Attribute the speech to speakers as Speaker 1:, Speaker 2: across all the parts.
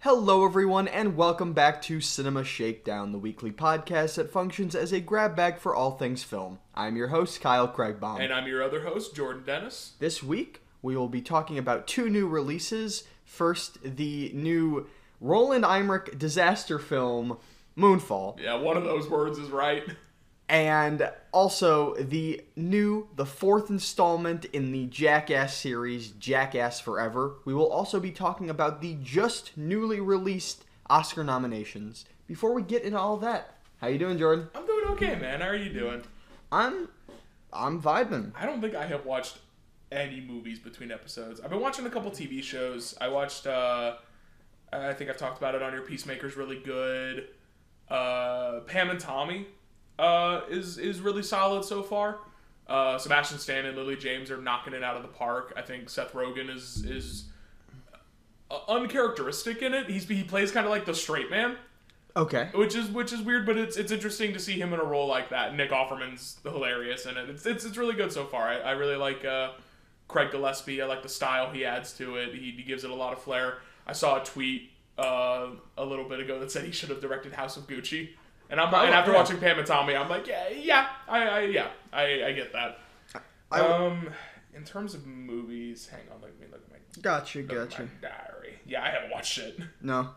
Speaker 1: Hello, everyone, and welcome back to Cinema Shakedown, the weekly podcast that functions as a grab bag for all things film. I'm your host, Kyle Craigbaum.
Speaker 2: And I'm your other host, Jordan Dennis.
Speaker 1: this week, we will be talking about two new releases. First, the new Roland Emmerich disaster film, Moonfall,
Speaker 2: Yeah, one of those words is right.
Speaker 1: and also the new, the fourth installment in the Jackass series, Jackass Forever. We will also be talking about the just newly released Oscar nominations. Before we get into all that, how you doing, Jordan?
Speaker 2: I'm doing okay, man. How are you doing?
Speaker 1: I'm I'm vibing.
Speaker 2: I don't think I have watched any movies between episodes. I've been watching a couple TV shows. I watched, uh, I think I've talked about it on your Peacemaker's really good. Uh, Pam and Tommy uh, is is really solid so far. Uh, Sebastian Stan and Lily James are knocking it out of the park. I think Seth Rogen is is uh, uncharacteristic in it. He's he plays kind of like the straight man.
Speaker 1: Okay.
Speaker 2: which is which is weird, but it's it's interesting to see him in a role like that. Nick Offerman's hilarious in it. It's it's, it's really good so far. I, I really like uh, Craig Gillespie. I like the style he adds to it. He, he gives it a lot of flair. I saw a tweet uh, a little bit ago that said he should have directed House of Gucci. And I'm and after
Speaker 1: Oh, yeah.
Speaker 2: watching Pam and Tommy, I'm like, yeah, yeah, I, I yeah, I, I get that.
Speaker 1: I w-
Speaker 2: um, in terms of movies, hang on, let me look at my,
Speaker 1: Gotcha,
Speaker 2: look at
Speaker 1: gotcha.
Speaker 2: my diary. Yeah, I haven't watched it.
Speaker 1: No.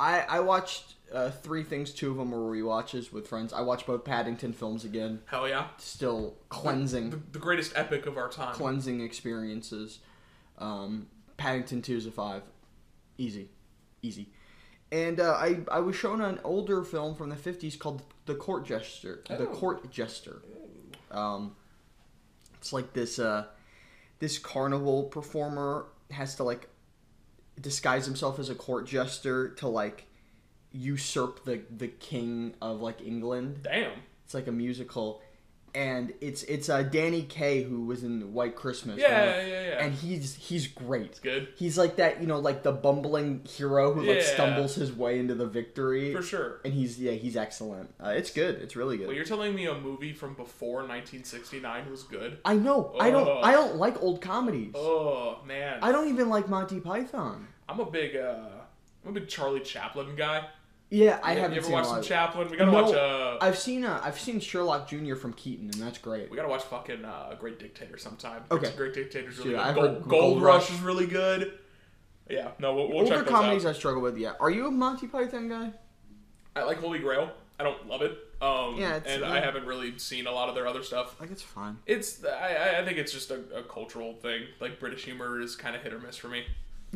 Speaker 1: I I watched uh, three things. Two of them were rewatches with friends. I watched both Paddington films again.
Speaker 2: Hell yeah,
Speaker 1: Still
Speaker 2: the,
Speaker 1: cleansing,
Speaker 2: the greatest epic of our time.
Speaker 1: cleansing experiences. Um, Paddington two is a five, easy, easy. And uh, I I was shown an older film from the fifties called The Court Jester. The
Speaker 2: Oh.
Speaker 1: Court Jester. Um, it's like this uh, this carnival performer has to like disguise himself as a court jester to like usurp the the king of like England.
Speaker 2: Damn.
Speaker 1: It's like a musical, and it's it's uh, Danny Kaye who was in White Christmas.
Speaker 2: Yeah,
Speaker 1: remember?
Speaker 2: yeah, yeah.
Speaker 1: And he's he's great.
Speaker 2: good.
Speaker 1: He's like that, you know, like the bumbling hero who like
Speaker 2: Yeah.
Speaker 1: stumbles his way into the victory.
Speaker 2: For sure.
Speaker 1: And he's yeah, he's excellent. Uh, it's good. It's really good.
Speaker 2: Well, you're telling me a movie from before 1969 was good?
Speaker 1: I know. I don't.
Speaker 2: Ugh.
Speaker 1: I don't like old comedies.
Speaker 2: Oh man,
Speaker 1: I don't even like Monty Python.
Speaker 2: I'm a big, uh, I'm a big Charlie Chaplin guy.
Speaker 1: Yeah, I
Speaker 2: You-
Speaker 1: haven't
Speaker 2: you ever
Speaker 1: seen
Speaker 2: watched
Speaker 1: a lot
Speaker 2: some
Speaker 1: of-
Speaker 2: Chaplin? We gotta
Speaker 1: No,
Speaker 2: watch. Uh,
Speaker 1: I've seen uh, I've seen Sherlock Jr. from Keaton, and that's great.
Speaker 2: we gotta watch fucking uh, Great Dictator sometime.
Speaker 1: Okay.
Speaker 2: Great Dictator's really
Speaker 1: Dude,
Speaker 2: good.
Speaker 1: I've
Speaker 2: Gold,
Speaker 1: heard
Speaker 2: Gold,
Speaker 1: Gold
Speaker 2: Rush.
Speaker 1: Rush.
Speaker 2: is really good. Yeah, no, we'll, we'll
Speaker 1: Older
Speaker 2: check those
Speaker 1: comedies
Speaker 2: out.
Speaker 1: I struggle with. Yeah, are you a Monty Python guy?
Speaker 2: I like Holy Grail. I don't love it. Um,
Speaker 1: Yeah, it's-
Speaker 2: and I
Speaker 1: yeah.
Speaker 2: haven't really seen a lot of their other stuff.
Speaker 1: Like it's fine.
Speaker 2: It's, I, I- I think it's just a, a cultural thing. Like British humor is kind of hit or miss for me.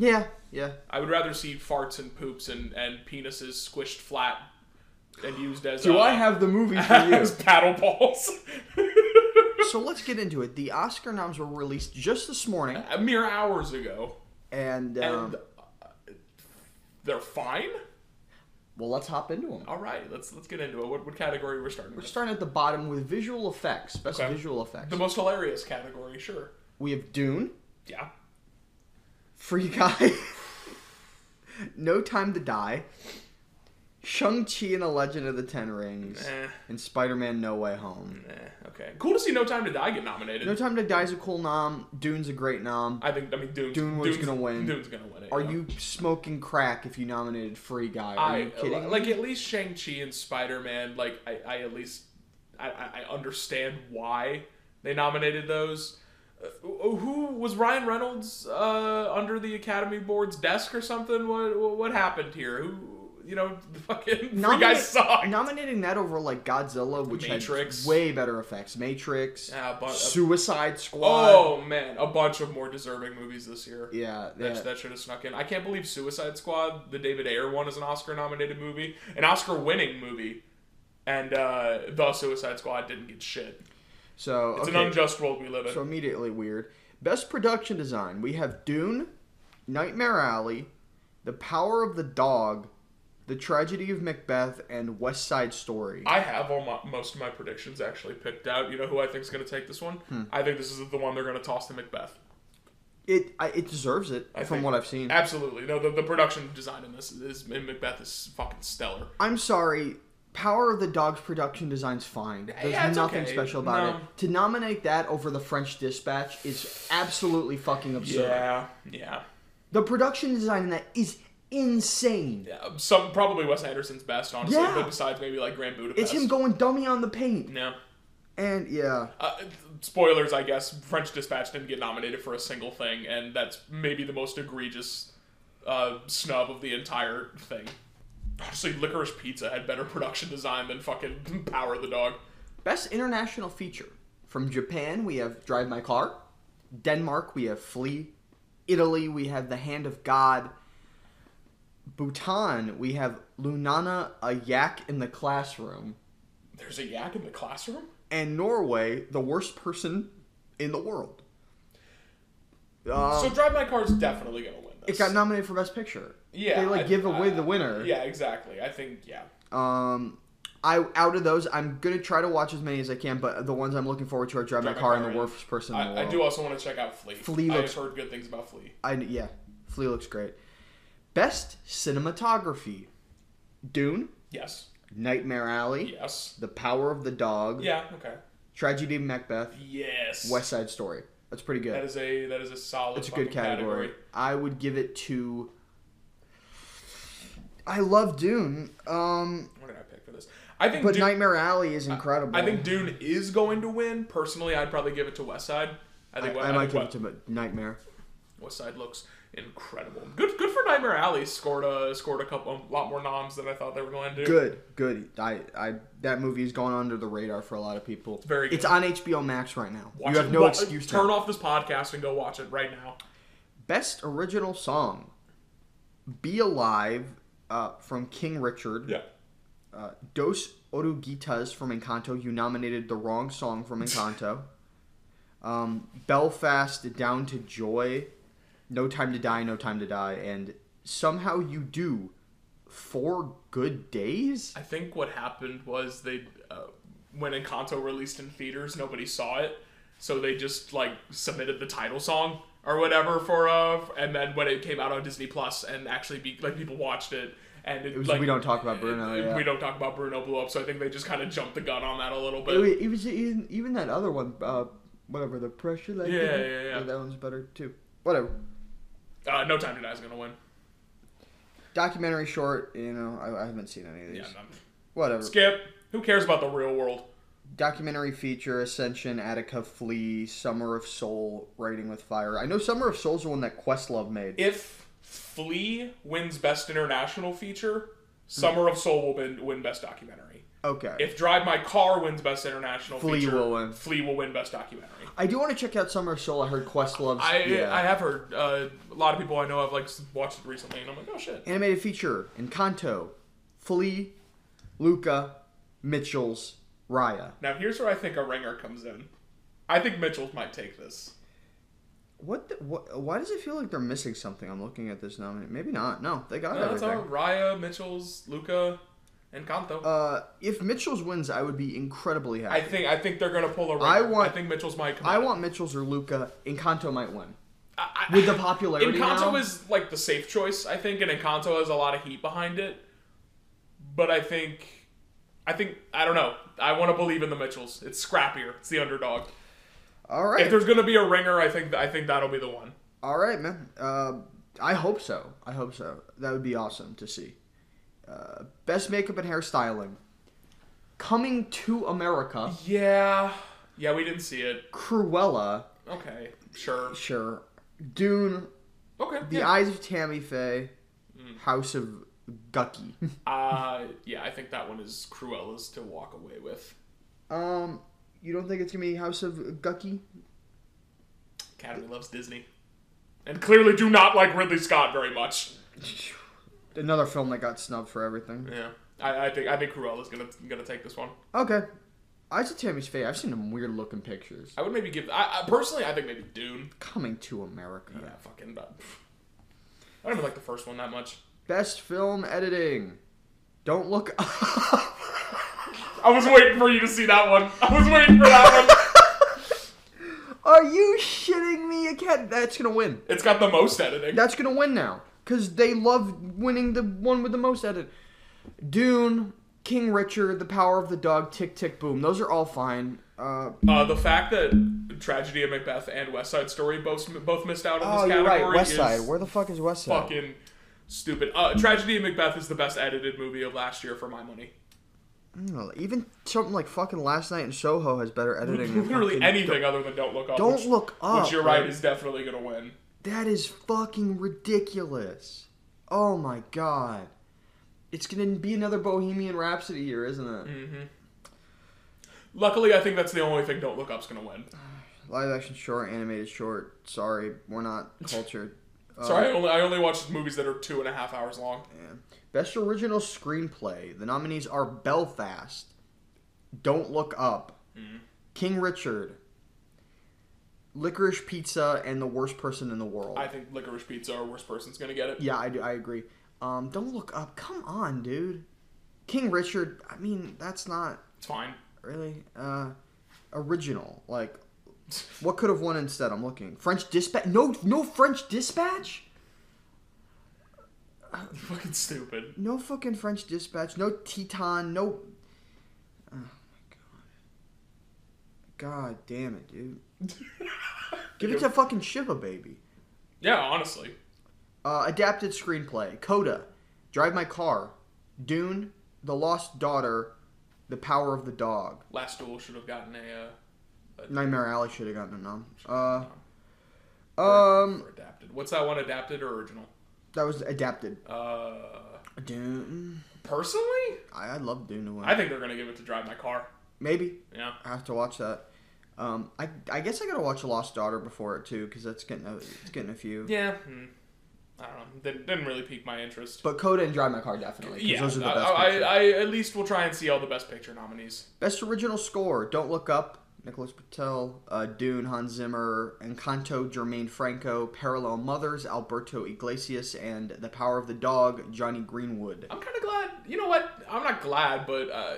Speaker 1: Yeah, yeah.
Speaker 2: I would rather see farts and poops and, and penises squished flat and used as
Speaker 1: Do
Speaker 2: uh,
Speaker 1: I have the movie for you?
Speaker 2: as paddle balls.
Speaker 1: so let's get into it. The Oscar noms were released just this morning,
Speaker 2: A mere hours ago,
Speaker 1: and, um,
Speaker 2: and uh, they're fine.
Speaker 1: well, let's hop into them.
Speaker 2: All right, let's let's get into it. What, what category we're starting
Speaker 1: We're
Speaker 2: with?
Speaker 1: starting at the bottom with visual effects, best
Speaker 2: Okay.
Speaker 1: visual effects.
Speaker 2: The most hilarious category, sure.
Speaker 1: we have Dune,
Speaker 2: Yeah.
Speaker 1: Free Guy, No Time to Die, Shang Chi and the Legend of the Ten Rings,
Speaker 2: Eh,
Speaker 1: and Spider-Man: No Way Home.
Speaker 2: eh, okay. Cool to see No Time to Die get nominated.
Speaker 1: No Time to Die is a cool nom. Dune's a great nom.
Speaker 2: I think I mean Dune.
Speaker 1: Dune was gonna win.
Speaker 2: Dune's gonna win it.
Speaker 1: Are
Speaker 2: yeah.
Speaker 1: you smoking crack if you nominated Free Guy? Are
Speaker 2: I
Speaker 1: you kidding? me?
Speaker 2: like at least Shang Chi and Spider Man. Like I, I at least I, I I understand why they nominated those. Uh, who was Ryan Reynolds uh, under the Academy Board's desk or something? What what, what happened here? Who you know the fucking free
Speaker 1: Nominate-
Speaker 2: guys suck.
Speaker 1: Nominating that over like Godzilla, which
Speaker 2: Matrix.
Speaker 1: had way better effects. Matrix,
Speaker 2: Yeah, a bu- a-
Speaker 1: Suicide Squad.
Speaker 2: oh man, a bunch of more deserving movies this year.
Speaker 1: yeah,
Speaker 2: That,
Speaker 1: yeah.
Speaker 2: that should have snuck in. I can't believe Suicide Squad, the David Ayer one, is an Oscar-nominated movie, an Oscar-winning movie, and uh, the Suicide Squad didn't get shit.
Speaker 1: so
Speaker 2: It's
Speaker 1: okay,
Speaker 2: an unjust world we live in.
Speaker 1: so immediately weird. Best production design. We have Dune, Nightmare Alley, The Power of the Dog, The Tragedy of Macbeth, and West Side Story.
Speaker 2: I have all my, most of my predictions actually picked out. You know who I think is going to take this one?
Speaker 1: Hmm.
Speaker 2: I think this is the one they're going to toss to Macbeth.
Speaker 1: It I, it deserves it
Speaker 2: I
Speaker 1: from
Speaker 2: think-
Speaker 1: what I've seen.
Speaker 2: Absolutely. No, the, the production design in this is in Macbeth is fucking stellar.
Speaker 1: I'm sorry. Power of the Dog's production design's fine. There's
Speaker 2: Yeah, it's
Speaker 1: nothing
Speaker 2: okay.
Speaker 1: special about
Speaker 2: No.
Speaker 1: it. To nominate that over the French Dispatch is absolutely fucking absurd.
Speaker 2: Yeah, yeah.
Speaker 1: The production design in that is insane.
Speaker 2: Yeah, Uh, Some probably Wes Anderson's best, honestly.
Speaker 1: Yeah.
Speaker 2: But besides maybe like Grand Budapest.
Speaker 1: It's him going dummy on the paint.
Speaker 2: No.
Speaker 1: And yeah.
Speaker 2: Uh, spoilers, I guess. French Dispatch didn't get nominated for a single thing, and that's maybe the most egregious uh, snub of the entire thing. Honestly, Licorice Pizza had better production design than fucking Power of the Dog.
Speaker 1: Best international feature. From Japan, we have Drive My Car. Denmark, we have Flea. Italy, we have The Hand of God. Bhutan, we have Lunana, a yak in the classroom.
Speaker 2: There's a yak in the classroom?
Speaker 1: And Norway, the worst person in the world. Uh,
Speaker 2: so Drive My Car's definitely gonna win this.
Speaker 1: it got nominated for Best Picture.
Speaker 2: Yeah,
Speaker 1: They like
Speaker 2: I-
Speaker 1: give away
Speaker 2: I-
Speaker 1: the winner.
Speaker 2: Yeah, exactly. I think yeah.
Speaker 1: Um, I out of those, I'm gonna try to watch as many as I can. But the ones I'm looking forward to are Drive My Car and The Worst Person in the
Speaker 2: I, I
Speaker 1: World.
Speaker 2: do also want to check out Flea.
Speaker 1: Flea looks-
Speaker 2: I've heard good things about Flea.
Speaker 1: I yeah, Flea looks great. Best cinematography: Dune,
Speaker 2: Yes.
Speaker 1: Nightmare Alley,
Speaker 2: Yes.
Speaker 1: The Power of the Dog,
Speaker 2: Yeah. Okay.
Speaker 1: Tragedy of Macbeth,
Speaker 2: Yes.
Speaker 1: West Side Story. That's pretty good.
Speaker 2: That is a that is a solid.
Speaker 1: That's a good
Speaker 2: fucking category.
Speaker 1: category. I would give it to. I love Dune, um,
Speaker 2: What did I pick for this? I think.
Speaker 1: but
Speaker 2: Dune,
Speaker 1: Nightmare Alley is incredible.
Speaker 2: I think Dune is going to win. Personally, I'd probably give it to West Side. I
Speaker 1: I,
Speaker 2: think,
Speaker 1: I
Speaker 2: I
Speaker 1: might
Speaker 2: think
Speaker 1: give
Speaker 2: West,
Speaker 1: it to Nightmare.
Speaker 2: West Side looks incredible. Good. Good for Nightmare Alley. Scored a scored a couple a lot more noms than I thought they were going to.
Speaker 1: Good, good. I, I, that movie's gone under the radar for a lot of people. It's
Speaker 2: very good.
Speaker 1: It's on HBO Max right now.
Speaker 2: Watch
Speaker 1: you have
Speaker 2: it-
Speaker 1: no
Speaker 2: wa- uh,
Speaker 1: excuse.
Speaker 2: Turn
Speaker 1: now.
Speaker 2: off this podcast and go watch it right now.
Speaker 1: Best original song: "Be Alive" uh, from King Richard.
Speaker 2: Yeah.
Speaker 1: Uh, Dos Oruguitas from Encanto. You nominated the wrong song from Encanto. um, Belfast, Down to Joy, No Time to Die, No Time to Die, and somehow you do four good days.
Speaker 2: I think what happened was they, uh, when Encanto released in theaters, nobody saw it, so they just like submitted the title song or whatever for uh, and then when it came out on Disney Plus and actually be like people watched it and it,
Speaker 1: It was
Speaker 2: like
Speaker 1: we don't talk about Bruno.
Speaker 2: it-
Speaker 1: yeah.
Speaker 2: we don't talk about Bruno blew up, so I think they just kind of jumped the gun on that a little bit.
Speaker 1: It was, it was even, even that other one, uh, whatever the pressure. Like
Speaker 2: Yeah, yeah, yeah.
Speaker 1: That one's better too. Whatever.
Speaker 2: Uh, no Time to Die is gonna win.
Speaker 1: Documentary short. You know, I, I haven't seen any of these.
Speaker 2: Yeah, no.
Speaker 1: Whatever.
Speaker 2: skip. Who cares about the real world?
Speaker 1: Documentary feature: Ascension, Attica, Flea, Summer of Soul, Writing with Fire. I know Summer of Soul's the one that Questlove made.
Speaker 2: If Flea wins Best International Feature, Summer of Soul will win, win Best Documentary.
Speaker 1: okay.
Speaker 2: If Drive My Car wins Best International
Speaker 1: Flea
Speaker 2: Feature,
Speaker 1: will win.
Speaker 2: Flea will win Best Documentary.
Speaker 1: I do want to check out Summer of Soul. I heard Questlove's.
Speaker 2: I
Speaker 1: yeah.
Speaker 2: I have heard uh, a lot of people I know have like s- watched it recently, and I'm like, oh shit.
Speaker 1: Animated feature: Encanto, Flea, Luca, Mitchell's, Raya.
Speaker 2: Now here's where I think a ringer comes in. I think Mitchell's might take this.
Speaker 1: What, the, what? Why does it feel like they're missing something? I'm looking at this now. Maybe not. No, they got
Speaker 2: No, that's all.
Speaker 1: everything.
Speaker 2: Raya, Mitchell's, Luca, and Kanto.
Speaker 1: Uh, if Mitchell's wins, I would be incredibly
Speaker 2: I
Speaker 1: happy.
Speaker 2: think I think they're gonna pull a ringer.
Speaker 1: I want-
Speaker 2: I think Mitchell's might come.
Speaker 1: I,
Speaker 2: out.
Speaker 1: want Mitchell's or Luca. Encanto might win
Speaker 2: I, I,
Speaker 1: with the popularity
Speaker 2: Encanto
Speaker 1: now.
Speaker 2: is like the safe choice, I think, and Encanto has a lot of heat behind it. But I think, I think I don't know. I want to believe in the Mitchells. It's scrappier. It's the underdog.
Speaker 1: all
Speaker 2: If
Speaker 1: right,
Speaker 2: there's gonna be a ringer, I think I think that'll be the one.
Speaker 1: all right, man. Uh, I hope so. I hope so. That would be awesome to see. Uh, best makeup and hairstyling. Coming to America,
Speaker 2: Yeah, yeah, we didn't see it.
Speaker 1: Cruella,
Speaker 2: Okay, sure.
Speaker 1: sure. Dune,
Speaker 2: Okay,
Speaker 1: The
Speaker 2: yeah. Mm.
Speaker 1: Eyes of Tammy Faye, House of Gucky.
Speaker 2: uh, yeah, I think that one is Cruella's to walk away with.
Speaker 1: Um, you don't think it's gonna be House of Gucky?
Speaker 2: Academy loves Disney, and clearly do not like Ridley Scott very much.
Speaker 1: Another film that got snubbed for everything.
Speaker 2: Yeah, I, I think I think Cruella's gonna gonna take this one.
Speaker 1: Okay. Eyes of Tammy's Faye. I've seen some weird looking pictures.
Speaker 2: I would maybe give. I, I personally, I think maybe Dune.
Speaker 1: Coming to America.
Speaker 2: Yeah, fucking. But, I don't even like the first one that much.
Speaker 1: Best film editing. Don't look up.
Speaker 2: I was waiting for you to see that one. I was waiting for that one.
Speaker 1: Are you shitting me again? That's gonna win.
Speaker 2: It's got the most editing.
Speaker 1: That's gonna win now. Cause they love winning the one with the most edit. Dune, King Richard, The Power of the Dog, Tick Tick Boom. Those are all fine. Uh,
Speaker 2: Uh, the fact that Tragedy of Macbeth and West Side Story both both missed out on
Speaker 1: oh,
Speaker 2: this
Speaker 1: you're
Speaker 2: category
Speaker 1: right. West Side.
Speaker 2: is
Speaker 1: Where the fuck is West Side?
Speaker 2: fucking stupid. Uh, Tragedy of Macbeth is the best edited movie of last year for my money.
Speaker 1: No, Hmm, Even something like fucking Last Night in Soho has better editing. than
Speaker 2: Literally
Speaker 1: fucking-
Speaker 2: anything other than Don't Look Up.
Speaker 1: Don't
Speaker 2: which,
Speaker 1: look up.
Speaker 2: Which you're right
Speaker 1: like,
Speaker 2: is definitely gonna win.
Speaker 1: That is fucking ridiculous. Oh my god. It's gonna be another Bohemian Rhapsody year, isn't it?
Speaker 2: Mm. Luckily, I think that's the only thing Don't Look Up's gonna win.
Speaker 1: Uh-huh. Live action short, animated short. Sorry, we're not cultured. Uh,
Speaker 2: Sorry, I only I only watched movies that are two and a half hours long.
Speaker 1: yeah. Best original screenplay. The nominees are Belfast, Don't Look Up,
Speaker 2: Mm.
Speaker 1: King Richard, Licorice Pizza, and The Worst Person in the World.
Speaker 2: I think Licorice Pizza or Worst Person's gonna get it.
Speaker 1: Yeah, I do. I agree. Um, don't look up. Come on, dude. King Richard. I mean, that's not
Speaker 2: It's fine.
Speaker 1: really uh, original. Like, what could have won instead? I'm looking. French Dispatch. No, no French Dispatch.
Speaker 2: Fucking stupid.
Speaker 1: No fucking French Dispatch. No Teton. No. Oh my god. God damn it, dude. Give it to fucking Shiva, baby.
Speaker 2: Yeah, honestly.
Speaker 1: Uh, adapted screenplay: Coda, Drive My Car, Dune, The Lost Daughter, The Power of the Dog.
Speaker 2: Last Duel should have gotten a
Speaker 1: Nightmare Alley should have gotten a nom. Uh,
Speaker 2: uh,
Speaker 1: um,
Speaker 2: or adapted. What's that one? Adapted or original?
Speaker 1: that was adapted.
Speaker 2: Uh,
Speaker 1: Dune.
Speaker 2: personally,
Speaker 1: I, I love Dune to win.
Speaker 2: I think they're gonna give it to Drive My Car.
Speaker 1: Maybe
Speaker 2: Yeah.
Speaker 1: I have to watch that. Um, I, I guess I gotta watch Lost Daughter before it too, because that's getting a, it's getting a few.
Speaker 2: Yeah. Hmm. I don't know. Didn't, didn't really pique my interest.
Speaker 1: But Coda and Drive My Car definitely. 'cause
Speaker 2: yeah,
Speaker 1: those are the
Speaker 2: I-
Speaker 1: best.
Speaker 2: I,
Speaker 1: pictures.
Speaker 2: I, I at least will try and see all the best picture nominees.
Speaker 1: Best original score: Don't Look Up, Nicholas Patel, uh, Dune, Hans Zimmer, Encanto, Jermaine Franco, Parallel Mothers, Alberto Iglesias, and The Power of the Dog, Johnny Greenwood.
Speaker 2: I'm kind of glad. You know what? I'm not glad, but uh,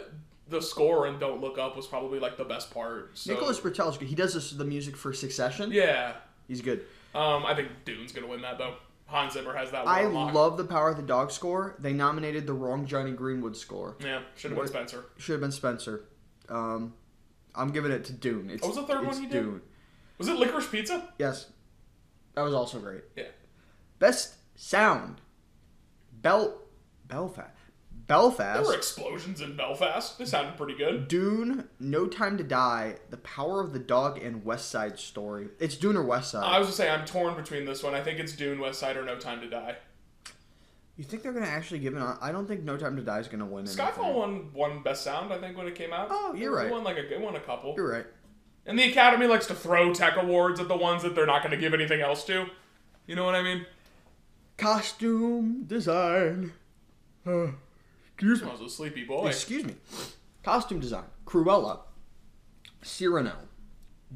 Speaker 2: the score and Don't Look Up was probably like the best part. So.
Speaker 1: Nicholas Patel is good. He does this, the music for Succession.
Speaker 2: Yeah.
Speaker 1: He's good.
Speaker 2: Um, I think Dune's gonna win that though. Hans Zimmer has that. one
Speaker 1: I
Speaker 2: unlocked.
Speaker 1: love the Power of the Dog score. They nominated the wrong Johnny Greenwood score.
Speaker 2: Yeah, should have been Spencer.
Speaker 1: Should have been Spenser. Um, I'm giving it to Dune. It's,
Speaker 2: What Oh, was the third
Speaker 1: it's
Speaker 2: one he did?
Speaker 1: Dune.
Speaker 2: Was it Licorice Pizza?
Speaker 1: Yes, that was also great.
Speaker 2: Yeah.
Speaker 1: Best sound. Bel Belfast.
Speaker 2: There were
Speaker 1: Belfast.
Speaker 2: explosions in Belfast. They sounded pretty good.
Speaker 1: Dune, No Time to Die, The Power of the Dog, and West Side Story. It's Dune or West Side.
Speaker 2: I was gonna say I'm torn between this one. I think it's Dune, West Side, or No Time to Die.
Speaker 1: you think they're gonna actually give it? On? I don't think No Time to Die is gonna win.
Speaker 2: Skyfall
Speaker 1: anything.
Speaker 2: won one best sound, I think, when it came out.
Speaker 1: Oh, you're
Speaker 2: It
Speaker 1: right.
Speaker 2: won like a it won a couple.
Speaker 1: You're right.
Speaker 2: And the Academy likes to throw tech awards at the ones that they're not gonna give anything else to. You know what I mean?
Speaker 1: Costume design. Uh, excuse me.
Speaker 2: I was a sleepy boy.
Speaker 1: Excuse me. Costume design. Cruella. Cyrano.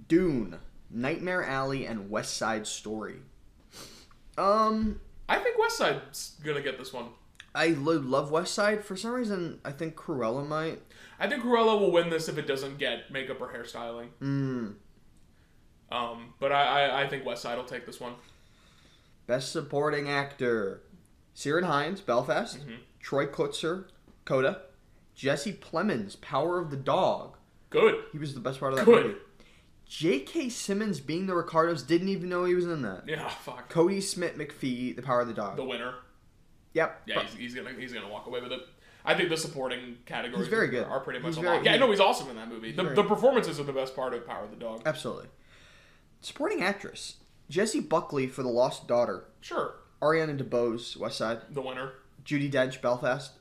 Speaker 1: Dune. Nightmare Alley and West Side Story. Um,
Speaker 2: I think West Side's gonna get this one.
Speaker 1: I lo- love West Side. For some reason, I think Cruella might.
Speaker 2: I think Cruella will win this if it doesn't get makeup or hairstyling.
Speaker 1: Mm.
Speaker 2: Um, but I, I, I think West Side will take this one.
Speaker 1: Best Supporting Actor: Ciaran Hines, Belfast. Troy Kutzer, Coda. Jesse Plemons, Power of the Dog.
Speaker 2: Good.
Speaker 1: He was the best part of that
Speaker 2: Good.
Speaker 1: movie. J.K. Simmons being the Ricardos didn't even know he was in that.
Speaker 2: Yeah. Fuck.
Speaker 1: Cody Smith McPhee, The Power of the Dog.
Speaker 2: The winner.
Speaker 1: yep.
Speaker 2: Yeah, he's, he's gonna he's gonna walk away with it. I think the supporting categories
Speaker 1: He's very good.
Speaker 2: are pretty much
Speaker 1: He's
Speaker 2: a
Speaker 1: very-
Speaker 2: lot. Yeah, no, he's awesome in that movie. The,
Speaker 1: very
Speaker 2: the
Speaker 1: good.
Speaker 2: performances are the best part of Power of the Dog.
Speaker 1: Absolutely. Supporting Actress: Jessie Buckley for The Lost Daughter.
Speaker 2: Sure,
Speaker 1: Ariana DeBose, West Side.
Speaker 2: the winner.
Speaker 1: Judy Dench, Belfast,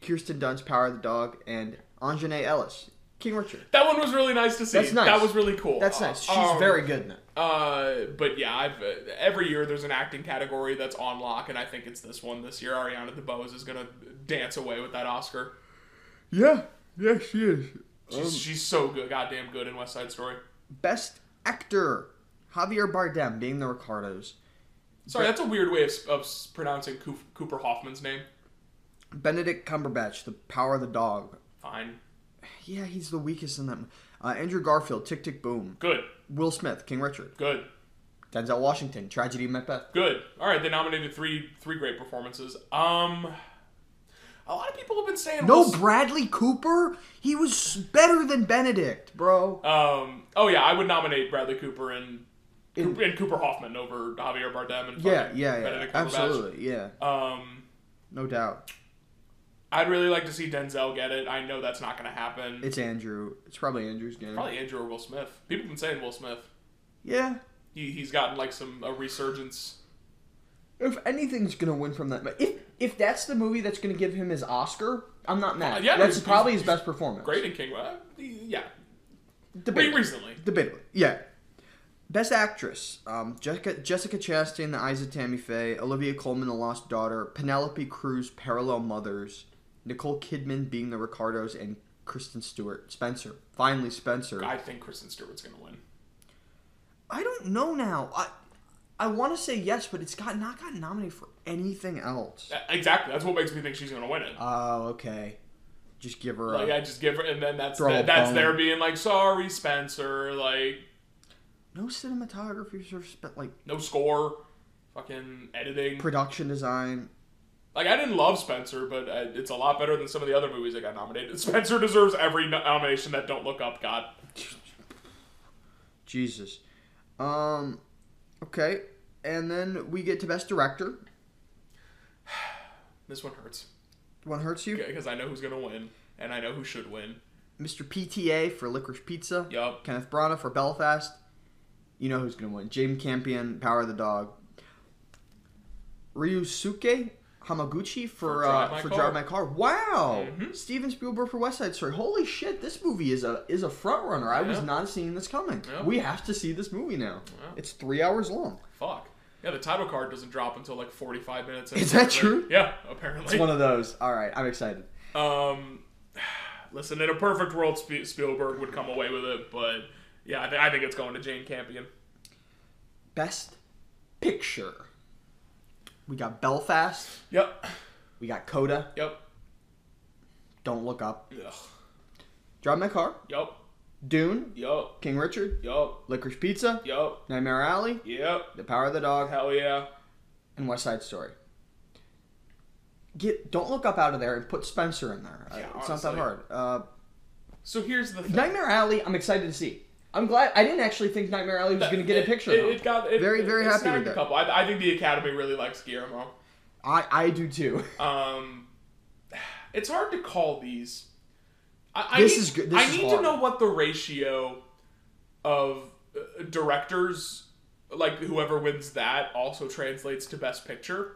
Speaker 1: Kirsten Dunst, Power of the Dog, and Anjanae Ellis, King Richard.
Speaker 2: That one was really nice to see.
Speaker 1: That's nice.
Speaker 2: That was really cool.
Speaker 1: That's
Speaker 2: Uh,
Speaker 1: nice. She's
Speaker 2: um,
Speaker 1: very good in it.
Speaker 2: Uh, but yeah, I've uh, every year there's an acting category that's on lock, and I think it's this one this year. Ariana DeBose is gonna dance away with that Oscar.
Speaker 1: Yeah, yeah, she is. Um,
Speaker 2: She's, she's so good, goddamn good in West Side Story.
Speaker 1: Best actor, Javier Bardem, being the Ricardos.
Speaker 2: Sorry, that's a weird way of, of pronouncing Coof- Cooper Hoffman's name.
Speaker 1: Benedict Cumberbatch, The Power of the Dog.
Speaker 2: Fine.
Speaker 1: Yeah, he's the weakest in them. Uh, Andrew Garfield, Tick Tick Boom.
Speaker 2: Good.
Speaker 1: Will Smith, King Richard.
Speaker 2: Good.
Speaker 1: Denzel Washington, Tragedy of Macbeth.
Speaker 2: Good. All right, they nominated three three great performances. Um, a lot of people have been saying
Speaker 1: No,
Speaker 2: Will Smith-
Speaker 1: Bradley Cooper? He was better than Benedict, bro.
Speaker 2: um, oh yeah, I would nominate Bradley Cooper and Cooper, and Cooper Hoffman over Javier Bardem and
Speaker 1: yeah,
Speaker 2: fucking
Speaker 1: yeah, yeah.
Speaker 2: Benedict Cumberbatch.
Speaker 1: Absolutely, yeah.
Speaker 2: Um,
Speaker 1: No doubt.
Speaker 2: I'd really like to see Denzel get it. I know that's not going to happen.
Speaker 1: It's Andrew. It's probably Andrew's game.
Speaker 2: Probably Andrew or Will Smith. People have been saying Will Smith.
Speaker 1: Yeah.
Speaker 2: He, he's gotten like some a resurgence.
Speaker 1: If anything's gonna win from that, if if that's the movie that's gonna give him his Oscar, I'm not mad.
Speaker 2: Uh, yeah, no,
Speaker 1: that's
Speaker 2: he's-
Speaker 1: probably
Speaker 2: he's-
Speaker 1: his best performance.
Speaker 2: Great in King. Uh, yeah. Re-
Speaker 1: Debatably.
Speaker 2: recently.
Speaker 1: Debatably. Yeah. Best actress: um, Jessica Jessica Chastain, The Eyes of Tammy Faye, Olivia Colman, The Lost Daughter, Penelope Cruz, Parallel Mothers, Nicole Kidman, Being the Ricardos, and Kristen Stewart. Spencer. Finally, Spencer.
Speaker 2: I think Kristen Stewart's going to win.
Speaker 1: I don't know now. I I want to say yes, but it's got not gotten nominated for anything else.
Speaker 2: Uh, Exactly. That's what makes me think she's going to win it.
Speaker 1: Oh, okay. Just give her
Speaker 2: Like
Speaker 1: a
Speaker 2: I just give her, and then that's
Speaker 1: Throw a
Speaker 2: that, that's
Speaker 1: bone.
Speaker 2: there being like, sorry, Spencer. Like
Speaker 1: no cinematography or spe- like
Speaker 2: no score, fucking editing.
Speaker 1: production design.
Speaker 2: Like I didn't love Spencer, but uh, it's a lot better than some of the other movies that got nominated. Spencer deserves every no- nomination that Don't Look Up got.
Speaker 1: Jesus. Um. Okay, and then we get to best director.
Speaker 2: This one hurts
Speaker 1: One hurts you,
Speaker 2: because I know who's going to win, and I know who should win.
Speaker 1: Mr. PTA for Licorice Pizza.
Speaker 2: Yup.
Speaker 1: Kenneth Branagh for Belfast. You know who's gonna win? James Campion, Power of the Dog. Ryusuke Hamaguchi for for,
Speaker 2: For Drive
Speaker 1: uh,
Speaker 2: My
Speaker 1: for
Speaker 2: Car.
Speaker 1: Drive My Car. Wow.
Speaker 2: Mhm.
Speaker 1: Steven Spielberg for West Side Story. Holy shit! This movie is a is a front runner. I was
Speaker 2: Yeah.
Speaker 1: not seeing this coming.
Speaker 2: Yeah.
Speaker 1: We have to see this movie now.
Speaker 2: Yeah.
Speaker 1: It's three hours long.
Speaker 2: Fuck. Yeah, the title card doesn't drop until like 45 minutes. in.
Speaker 1: Is that true?
Speaker 2: Yeah,
Speaker 1: It's
Speaker 2: apparently.
Speaker 1: one of those. All right, I'm excited.
Speaker 2: Um, listen, in a perfect world, Sp- Spielberg would come away with it, but yeah, I, th- I think it's going to Jane Campion.
Speaker 1: Best picture. We got Belfast.
Speaker 2: Yep.
Speaker 1: We got Coda.
Speaker 2: Yep.
Speaker 1: Don't look up.
Speaker 2: Ugh.
Speaker 1: Drive My Car.
Speaker 2: Yep.
Speaker 1: Dune.
Speaker 2: Yep.
Speaker 1: King Richard,
Speaker 2: Yep.
Speaker 1: Licorice Pizza,
Speaker 2: Yep.
Speaker 1: Nightmare Alley,
Speaker 2: Yep.
Speaker 1: The Power of the Dog,
Speaker 2: Hell yeah.
Speaker 1: and West Side Story. Get don't look up out of there and put Spencer in there. Uh,
Speaker 2: Yeah,
Speaker 1: it's not that
Speaker 2: honestly.
Speaker 1: hard. Uh,
Speaker 2: So here's the thing.
Speaker 1: Nightmare Alley, I'm excited to see. I'm glad I didn't actually think Nightmare Alley was going to get a picture.
Speaker 2: It,
Speaker 1: though.
Speaker 2: it got it,
Speaker 1: Very,
Speaker 2: it-
Speaker 1: very
Speaker 2: it
Speaker 1: happy
Speaker 2: snagged
Speaker 1: with
Speaker 2: a
Speaker 1: it.
Speaker 2: couple. I, I think the Academy really likes Guillermo.
Speaker 1: I I do too.
Speaker 2: Um, it's hard to call these. I, I
Speaker 1: This
Speaker 2: need,
Speaker 1: is good- this
Speaker 2: I
Speaker 1: is
Speaker 2: need to
Speaker 1: hard.
Speaker 2: know what the ratio of uh, directors, like whoever wins that, also translates to Best Picture.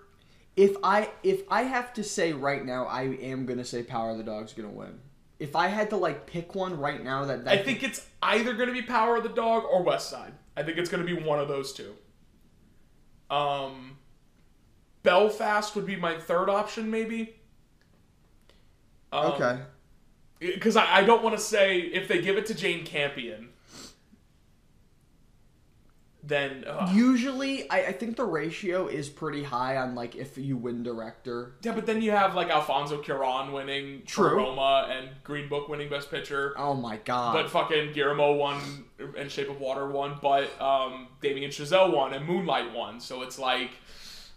Speaker 1: If I if I have to say right now, I am going to say Power of the Dog's going to win. If I had to like pick one right now, that, that
Speaker 2: I think it's either going to be Power of the Dog or West Side. I think it's going to be one of those two. Um, Belfast would be my third option, maybe. Um,
Speaker 1: okay.
Speaker 2: because I, I don't want to say if they give it to Jane Campion, then uh,
Speaker 1: Usually, I, I think the ratio is pretty high on like if you win director,
Speaker 2: yeah. But then you have like Alfonso Cuarón winning for
Speaker 1: True.
Speaker 2: Roma and Green Book winning Best Picture,
Speaker 1: Oh my god.
Speaker 2: but fucking Guillermo won and Shape of Water won, but um, Damien Chazelle won and Moonlight won. So it's like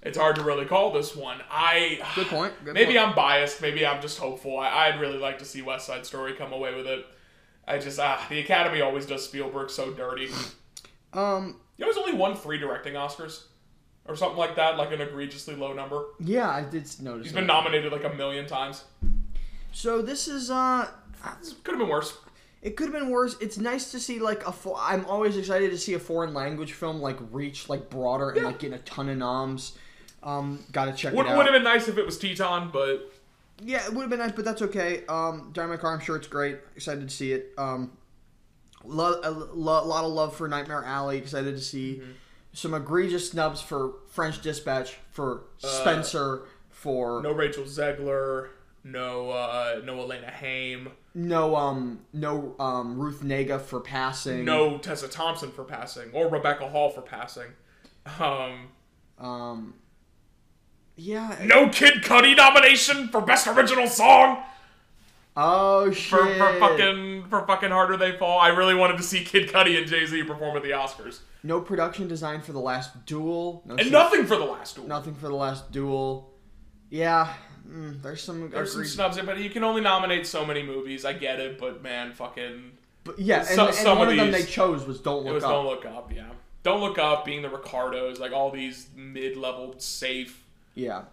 Speaker 2: it's hard to really call this one. I
Speaker 1: good point. Good
Speaker 2: Maybe
Speaker 1: point.
Speaker 2: I'm biased. Maybe I'm just hopeful. I, I'd really like to see West Side Story come away with it. I just ah, the Academy always does Spielberg so dirty.
Speaker 1: Um.
Speaker 2: You know, he's only won three directing Oscars or something like that, like an egregiously low number.
Speaker 1: Yeah, I did s- notice.
Speaker 2: He's
Speaker 1: that.
Speaker 2: been nominated like a million times.
Speaker 1: so this is uh.
Speaker 2: Could have been worse.
Speaker 1: It could have been worse. It's nice to see like a. Fo- I'm always excited to see a foreign language film like reach like broader and
Speaker 2: Yeah.
Speaker 1: like getting a ton of noms. Um, gotta check
Speaker 2: Would
Speaker 1: it out.
Speaker 2: would have been nice if it was Teton, but
Speaker 1: yeah, it would have been nice, but that's okay. Um, Dynamite Car, I'm sure it's great. Excited to see it. Um, lo- a lo- lot of love for Nightmare Alley. Excited to see
Speaker 2: Mm-hmm.
Speaker 1: some egregious snubs for French Dispatch, for Spencer, for
Speaker 2: Uh, no Rachel Zegler, no uh, no Elena Haim,
Speaker 1: No, um, no, um, Ruth Nega for passing.
Speaker 2: no Tessa Thompson for passing, or Rebecca Hall for passing. Um,
Speaker 1: um, Yeah.
Speaker 2: No Kid Cudi nomination for best original song
Speaker 1: Oh shit.
Speaker 2: for, for fucking for fucking harder they fall. I really wanted to see Kid Cudi and Jay Z perform at the Oscars,
Speaker 1: no production design for the last duel. No
Speaker 2: and
Speaker 1: shit-
Speaker 2: nothing for the last duel.
Speaker 1: Nothing for the last duel. Yeah. Mm, there's some.
Speaker 2: There's some
Speaker 1: egregious-
Speaker 2: snubs there, but you can only nominate so many movies. I get it, but man, fucking
Speaker 1: But yeah, and,
Speaker 2: so-
Speaker 1: and
Speaker 2: some
Speaker 1: one
Speaker 2: of
Speaker 1: of them they
Speaker 2: these-
Speaker 1: chose was Don't
Speaker 2: it
Speaker 1: Look
Speaker 2: was
Speaker 1: Up.
Speaker 2: Don't Look Up. Yeah, Don't Look Up being the Ricardos, like all these mid-level safe,
Speaker 1: Yeah.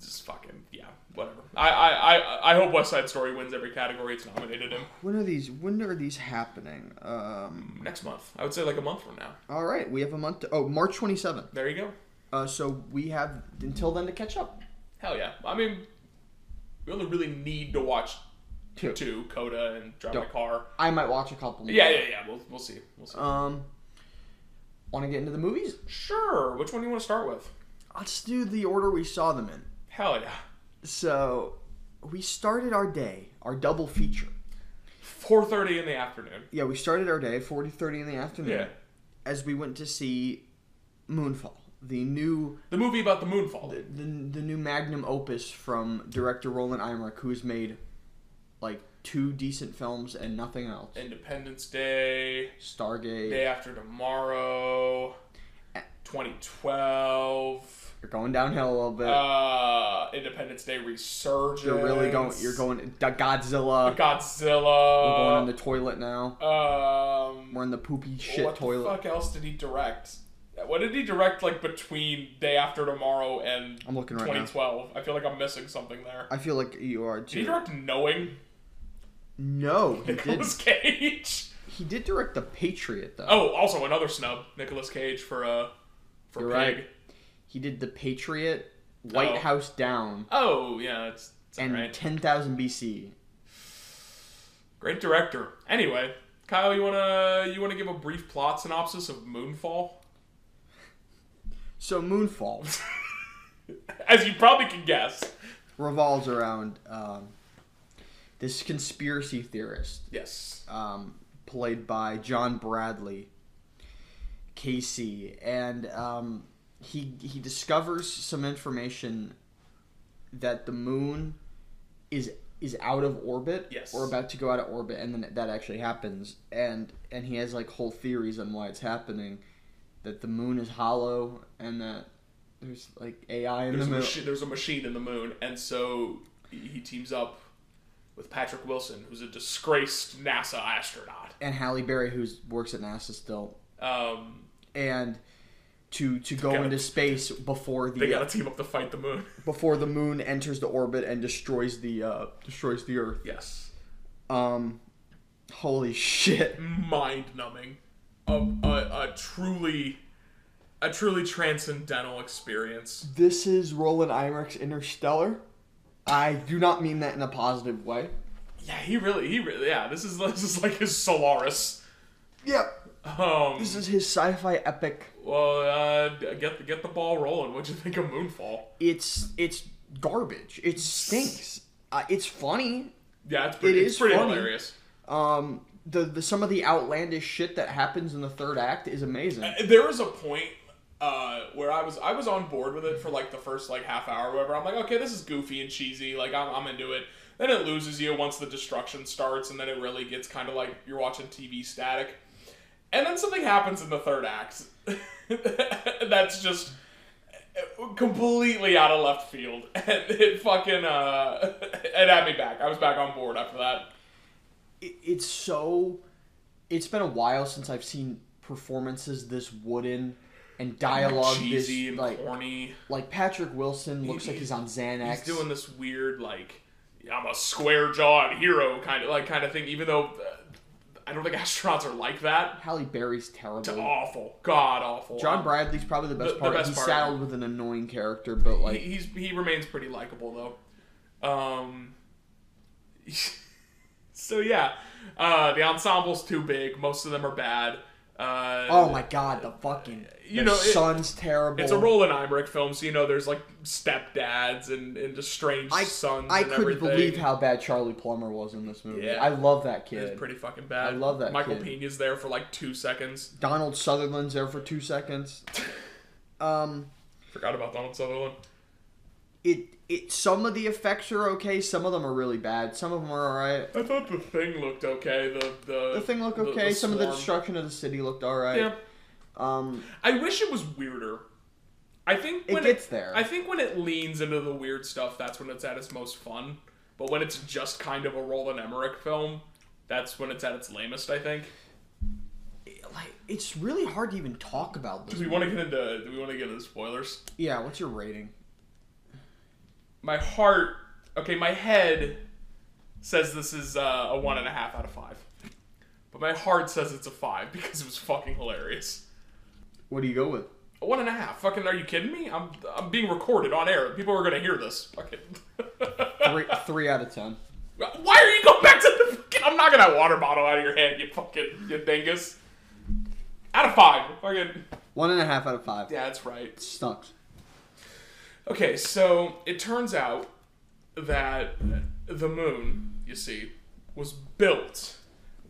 Speaker 2: just fucking yeah, whatever. I I I, I hope West Side Story wins every category it's nominated in
Speaker 1: When are these? When are these happening? Um.
Speaker 2: next month. I would say like a month from now.
Speaker 1: All right, we have a month. To, oh, March 27th.
Speaker 2: There you go.
Speaker 1: Uh, so we have until then to catch up.
Speaker 2: Hell yeah. I mean, we only really need to watch
Speaker 1: Two.
Speaker 2: two Coda and Drive My
Speaker 1: Don't.
Speaker 2: Car.
Speaker 1: I might watch a couple. More.
Speaker 2: Yeah, yeah, yeah. We'll we'll see. We'll see.
Speaker 1: Um. Want to get into the movies?
Speaker 2: sure. Which one do you want to start with?
Speaker 1: Let's do the order we saw them in.
Speaker 2: Hell yeah.
Speaker 1: So, we started our day, our double feature.
Speaker 2: Four thirty in the afternoon.
Speaker 1: Yeah, we started our day 40:30 in the afternoon
Speaker 2: Yeah.
Speaker 1: as we went to see Moonfall, the new
Speaker 2: The movie about the moonfall.
Speaker 1: the, the new magnum opus from director Roland Emmerich, who's made like two decent films and nothing else.
Speaker 2: Independence Day.
Speaker 1: Stargate.
Speaker 2: Day after tomorrow.
Speaker 1: Uh,
Speaker 2: 2012.
Speaker 1: You're going downhill a little bit.
Speaker 2: Uh, Independence Day resurgence.
Speaker 1: you're really going. You're going. Da- Godzilla. We're
Speaker 2: Godzilla.
Speaker 1: going in the toilet now.
Speaker 2: um.
Speaker 1: We're in the poopy shit
Speaker 2: uh, what
Speaker 1: toilet.
Speaker 2: the fuck else did he direct? What did he direct like between Day After Tomorrow and
Speaker 1: I'm looking right now.
Speaker 2: 2012? I feel like I'm missing something there.
Speaker 1: I feel like you are
Speaker 2: Did he
Speaker 1: too.
Speaker 2: direct Knowing
Speaker 1: No, he did.
Speaker 2: Nicolas Cage?
Speaker 1: He did direct The Patriot though.
Speaker 2: Oh, also another snub, Nicolas Cage for uh for
Speaker 1: You're
Speaker 2: Pig.
Speaker 1: right. He did The Patriot, White
Speaker 2: Oh.
Speaker 1: House Down,
Speaker 2: Oh yeah, it's, it's
Speaker 1: and
Speaker 2: alright.
Speaker 1: 10,000 BC.
Speaker 2: Great director. Anyway, Kyle, you wanna you wanna give a brief plot synopsis of Moonfall?
Speaker 1: So Moonfall
Speaker 2: As you probably can guess.
Speaker 1: revolves around um, this conspiracy theorist
Speaker 2: Yes.
Speaker 1: um, played by John Bradley Casey, and um, he he discovers some information that the moon is is out of orbit
Speaker 2: Yes.
Speaker 1: or about to go out of orbit, and then that actually happens, and and he has like whole theories on why it's happening, that the moon is hollow, and that there's like AI in
Speaker 2: There's a,
Speaker 1: the moon.
Speaker 2: machi- there's a machine in the moon, and so he teams up with Patrick Wilson, who's a disgraced NASA astronaut.
Speaker 1: and Halle Berry, who works at NASA still,
Speaker 2: Um,
Speaker 1: and to to go
Speaker 2: gotta-
Speaker 1: into space before the
Speaker 2: they got to team up to fight the moon.
Speaker 1: before the moon enters the orbit and destroys the uh, destroys the Earth.
Speaker 2: Yes,
Speaker 1: Um, holy shit!
Speaker 2: mind numbing, a, a, a truly, a truly transcendental experience.
Speaker 1: This is Roland Emmerich's Interstellar. I do not mean that in a positive way.
Speaker 2: Yeah, he really, he really, yeah. This is this is like his Solaris.
Speaker 1: Yep,
Speaker 2: Um,
Speaker 1: this is his sci-fi epic.
Speaker 2: well, uh, get get the ball rolling. What'd you think of Moonfall?
Speaker 1: It's it's garbage. It stinks. Uh, it's funny.
Speaker 2: Yeah, it's pretty,
Speaker 1: It
Speaker 2: it's
Speaker 1: is
Speaker 2: pretty
Speaker 1: funny.
Speaker 2: hilarious.
Speaker 1: Um, the, the some of the outlandish shit that happens in the third act is amazing.
Speaker 2: there was a point uh, where I was I was on board with it for like the first like half hour or whatever. I'm like, okay, this is goofy and cheesy. Like I'm, I'm into it. Then it loses you once the destruction starts, and then it really gets kind of like you're watching TV static. And then something happens in the third act that's just uh, completely out of left field, and it fucking uh, it had me back. I was back on board after that.
Speaker 1: it, it's so it's been a while since I've seen performances this wooden and dialogue
Speaker 2: cheesy
Speaker 1: this
Speaker 2: and
Speaker 1: like
Speaker 2: corny.
Speaker 1: like Patrick Wilson looks like he's on Xanax.
Speaker 2: he's doing this weird like I'm a square jawed hero kind of like kind of thing. Even though uh, I don't think astronauts are like that.
Speaker 1: Halle Berry's terrible.
Speaker 2: It's awful, god awful.
Speaker 1: John
Speaker 2: Um,
Speaker 1: Bradley's probably the best
Speaker 2: The- the
Speaker 1: part.
Speaker 2: best
Speaker 1: he's
Speaker 2: part.
Speaker 1: saddled with an annoying character, but like
Speaker 2: he, he's he remains pretty likable though. Um, so yeah, uh, the ensemble's too big. Most of them are bad. Uh,
Speaker 1: oh my god, the fucking
Speaker 2: You
Speaker 1: the
Speaker 2: know, it-
Speaker 1: son's terrible.
Speaker 2: It's a Roland Emmerich film, so you know there's like stepdads and, and just strange
Speaker 1: I,
Speaker 2: sons.
Speaker 1: I
Speaker 2: and
Speaker 1: couldn't
Speaker 2: everything.
Speaker 1: believe how bad Charlie Plummer was in this movie.
Speaker 2: Yeah.
Speaker 1: I love that kid.
Speaker 2: it's pretty fucking bad.
Speaker 1: I love that
Speaker 2: Michael
Speaker 1: kid.
Speaker 2: Pena's there for like two seconds.
Speaker 1: Donald Sutherland's there for two seconds. Um,
Speaker 2: Forgot about Donald Sutherland.
Speaker 1: it it some of the effects are okay, some of them are really bad, some of them are alright.
Speaker 2: I thought the thing looked okay. The the,
Speaker 1: The thing looked okay, some of the
Speaker 2: swarm.
Speaker 1: destruction of the city looked alright.
Speaker 2: Yeah,
Speaker 1: Um
Speaker 2: I wish it was weirder. I think
Speaker 1: It
Speaker 2: when
Speaker 1: gets there.
Speaker 2: I think when it leans into the weird stuff, that's when it's at its most fun. But when it's just kind of a Roland Emmerich film, that's when it's at its lamest. I think.
Speaker 1: like it's really hard to even talk about
Speaker 2: Do
Speaker 1: this.
Speaker 2: we want to get into? Do we want to get into spoilers?
Speaker 1: Yeah, what's your rating?
Speaker 2: My heart, okay, my head says this is uh, a one and a half out of five, but my heart says it's a five because it was fucking hilarious.
Speaker 1: What do you go with?
Speaker 2: A one and a half? Fucking, are you kidding me? I'm I'm being recorded on air. People are gonna hear this. Fucking.
Speaker 1: Three three out of ten.
Speaker 2: Why are you going back to the fucking? I'm knocking that water bottle out of your hand, you fucking, you dingus. Out of five. Fucking.
Speaker 1: One and a half out of five.
Speaker 2: Yeah, that's right.
Speaker 1: Sucks.
Speaker 2: Okay, so it turns out that the moon, you see, was built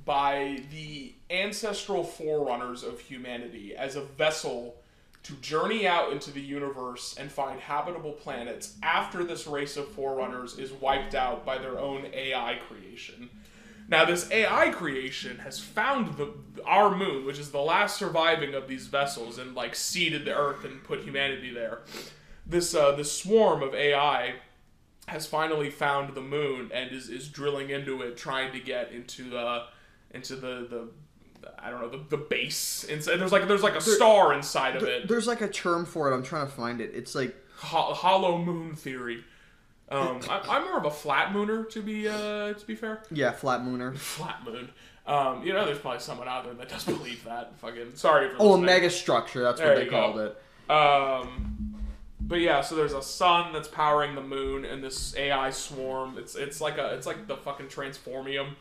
Speaker 2: by the ancestral forerunners of humanity as a vessel to journey out into the universe and find habitable planets after this race of forerunners is wiped out by their own AI creation. Now, this AI creation has found the our moon, which is the last surviving of these vessels, and like seeded the Earth and put humanity there. This uh, this swarm of AI has finally found the moon and is, is drilling into it, trying to get into the into the, the I don't know the, the base inside. There's like there's like a star inside of it.
Speaker 1: There's like a term for it. I'm trying to find it. It's like
Speaker 2: Ho- hollow moon theory. Um, I, I'm more of a flat mooner to be uh, to be fair.
Speaker 1: yeah, flat mooner.
Speaker 2: Flat moon. Um, you know, there's probably someone out there that does believe that. Fucking sorry for.
Speaker 1: Oh, a
Speaker 2: listening.
Speaker 1: mega structure. That's
Speaker 2: There
Speaker 1: what they
Speaker 2: you
Speaker 1: called
Speaker 2: go.
Speaker 1: it.
Speaker 2: Um, but yeah, so there's a sun that's powering the moon and this AI swarm. It's it's like a it's like the fucking transformium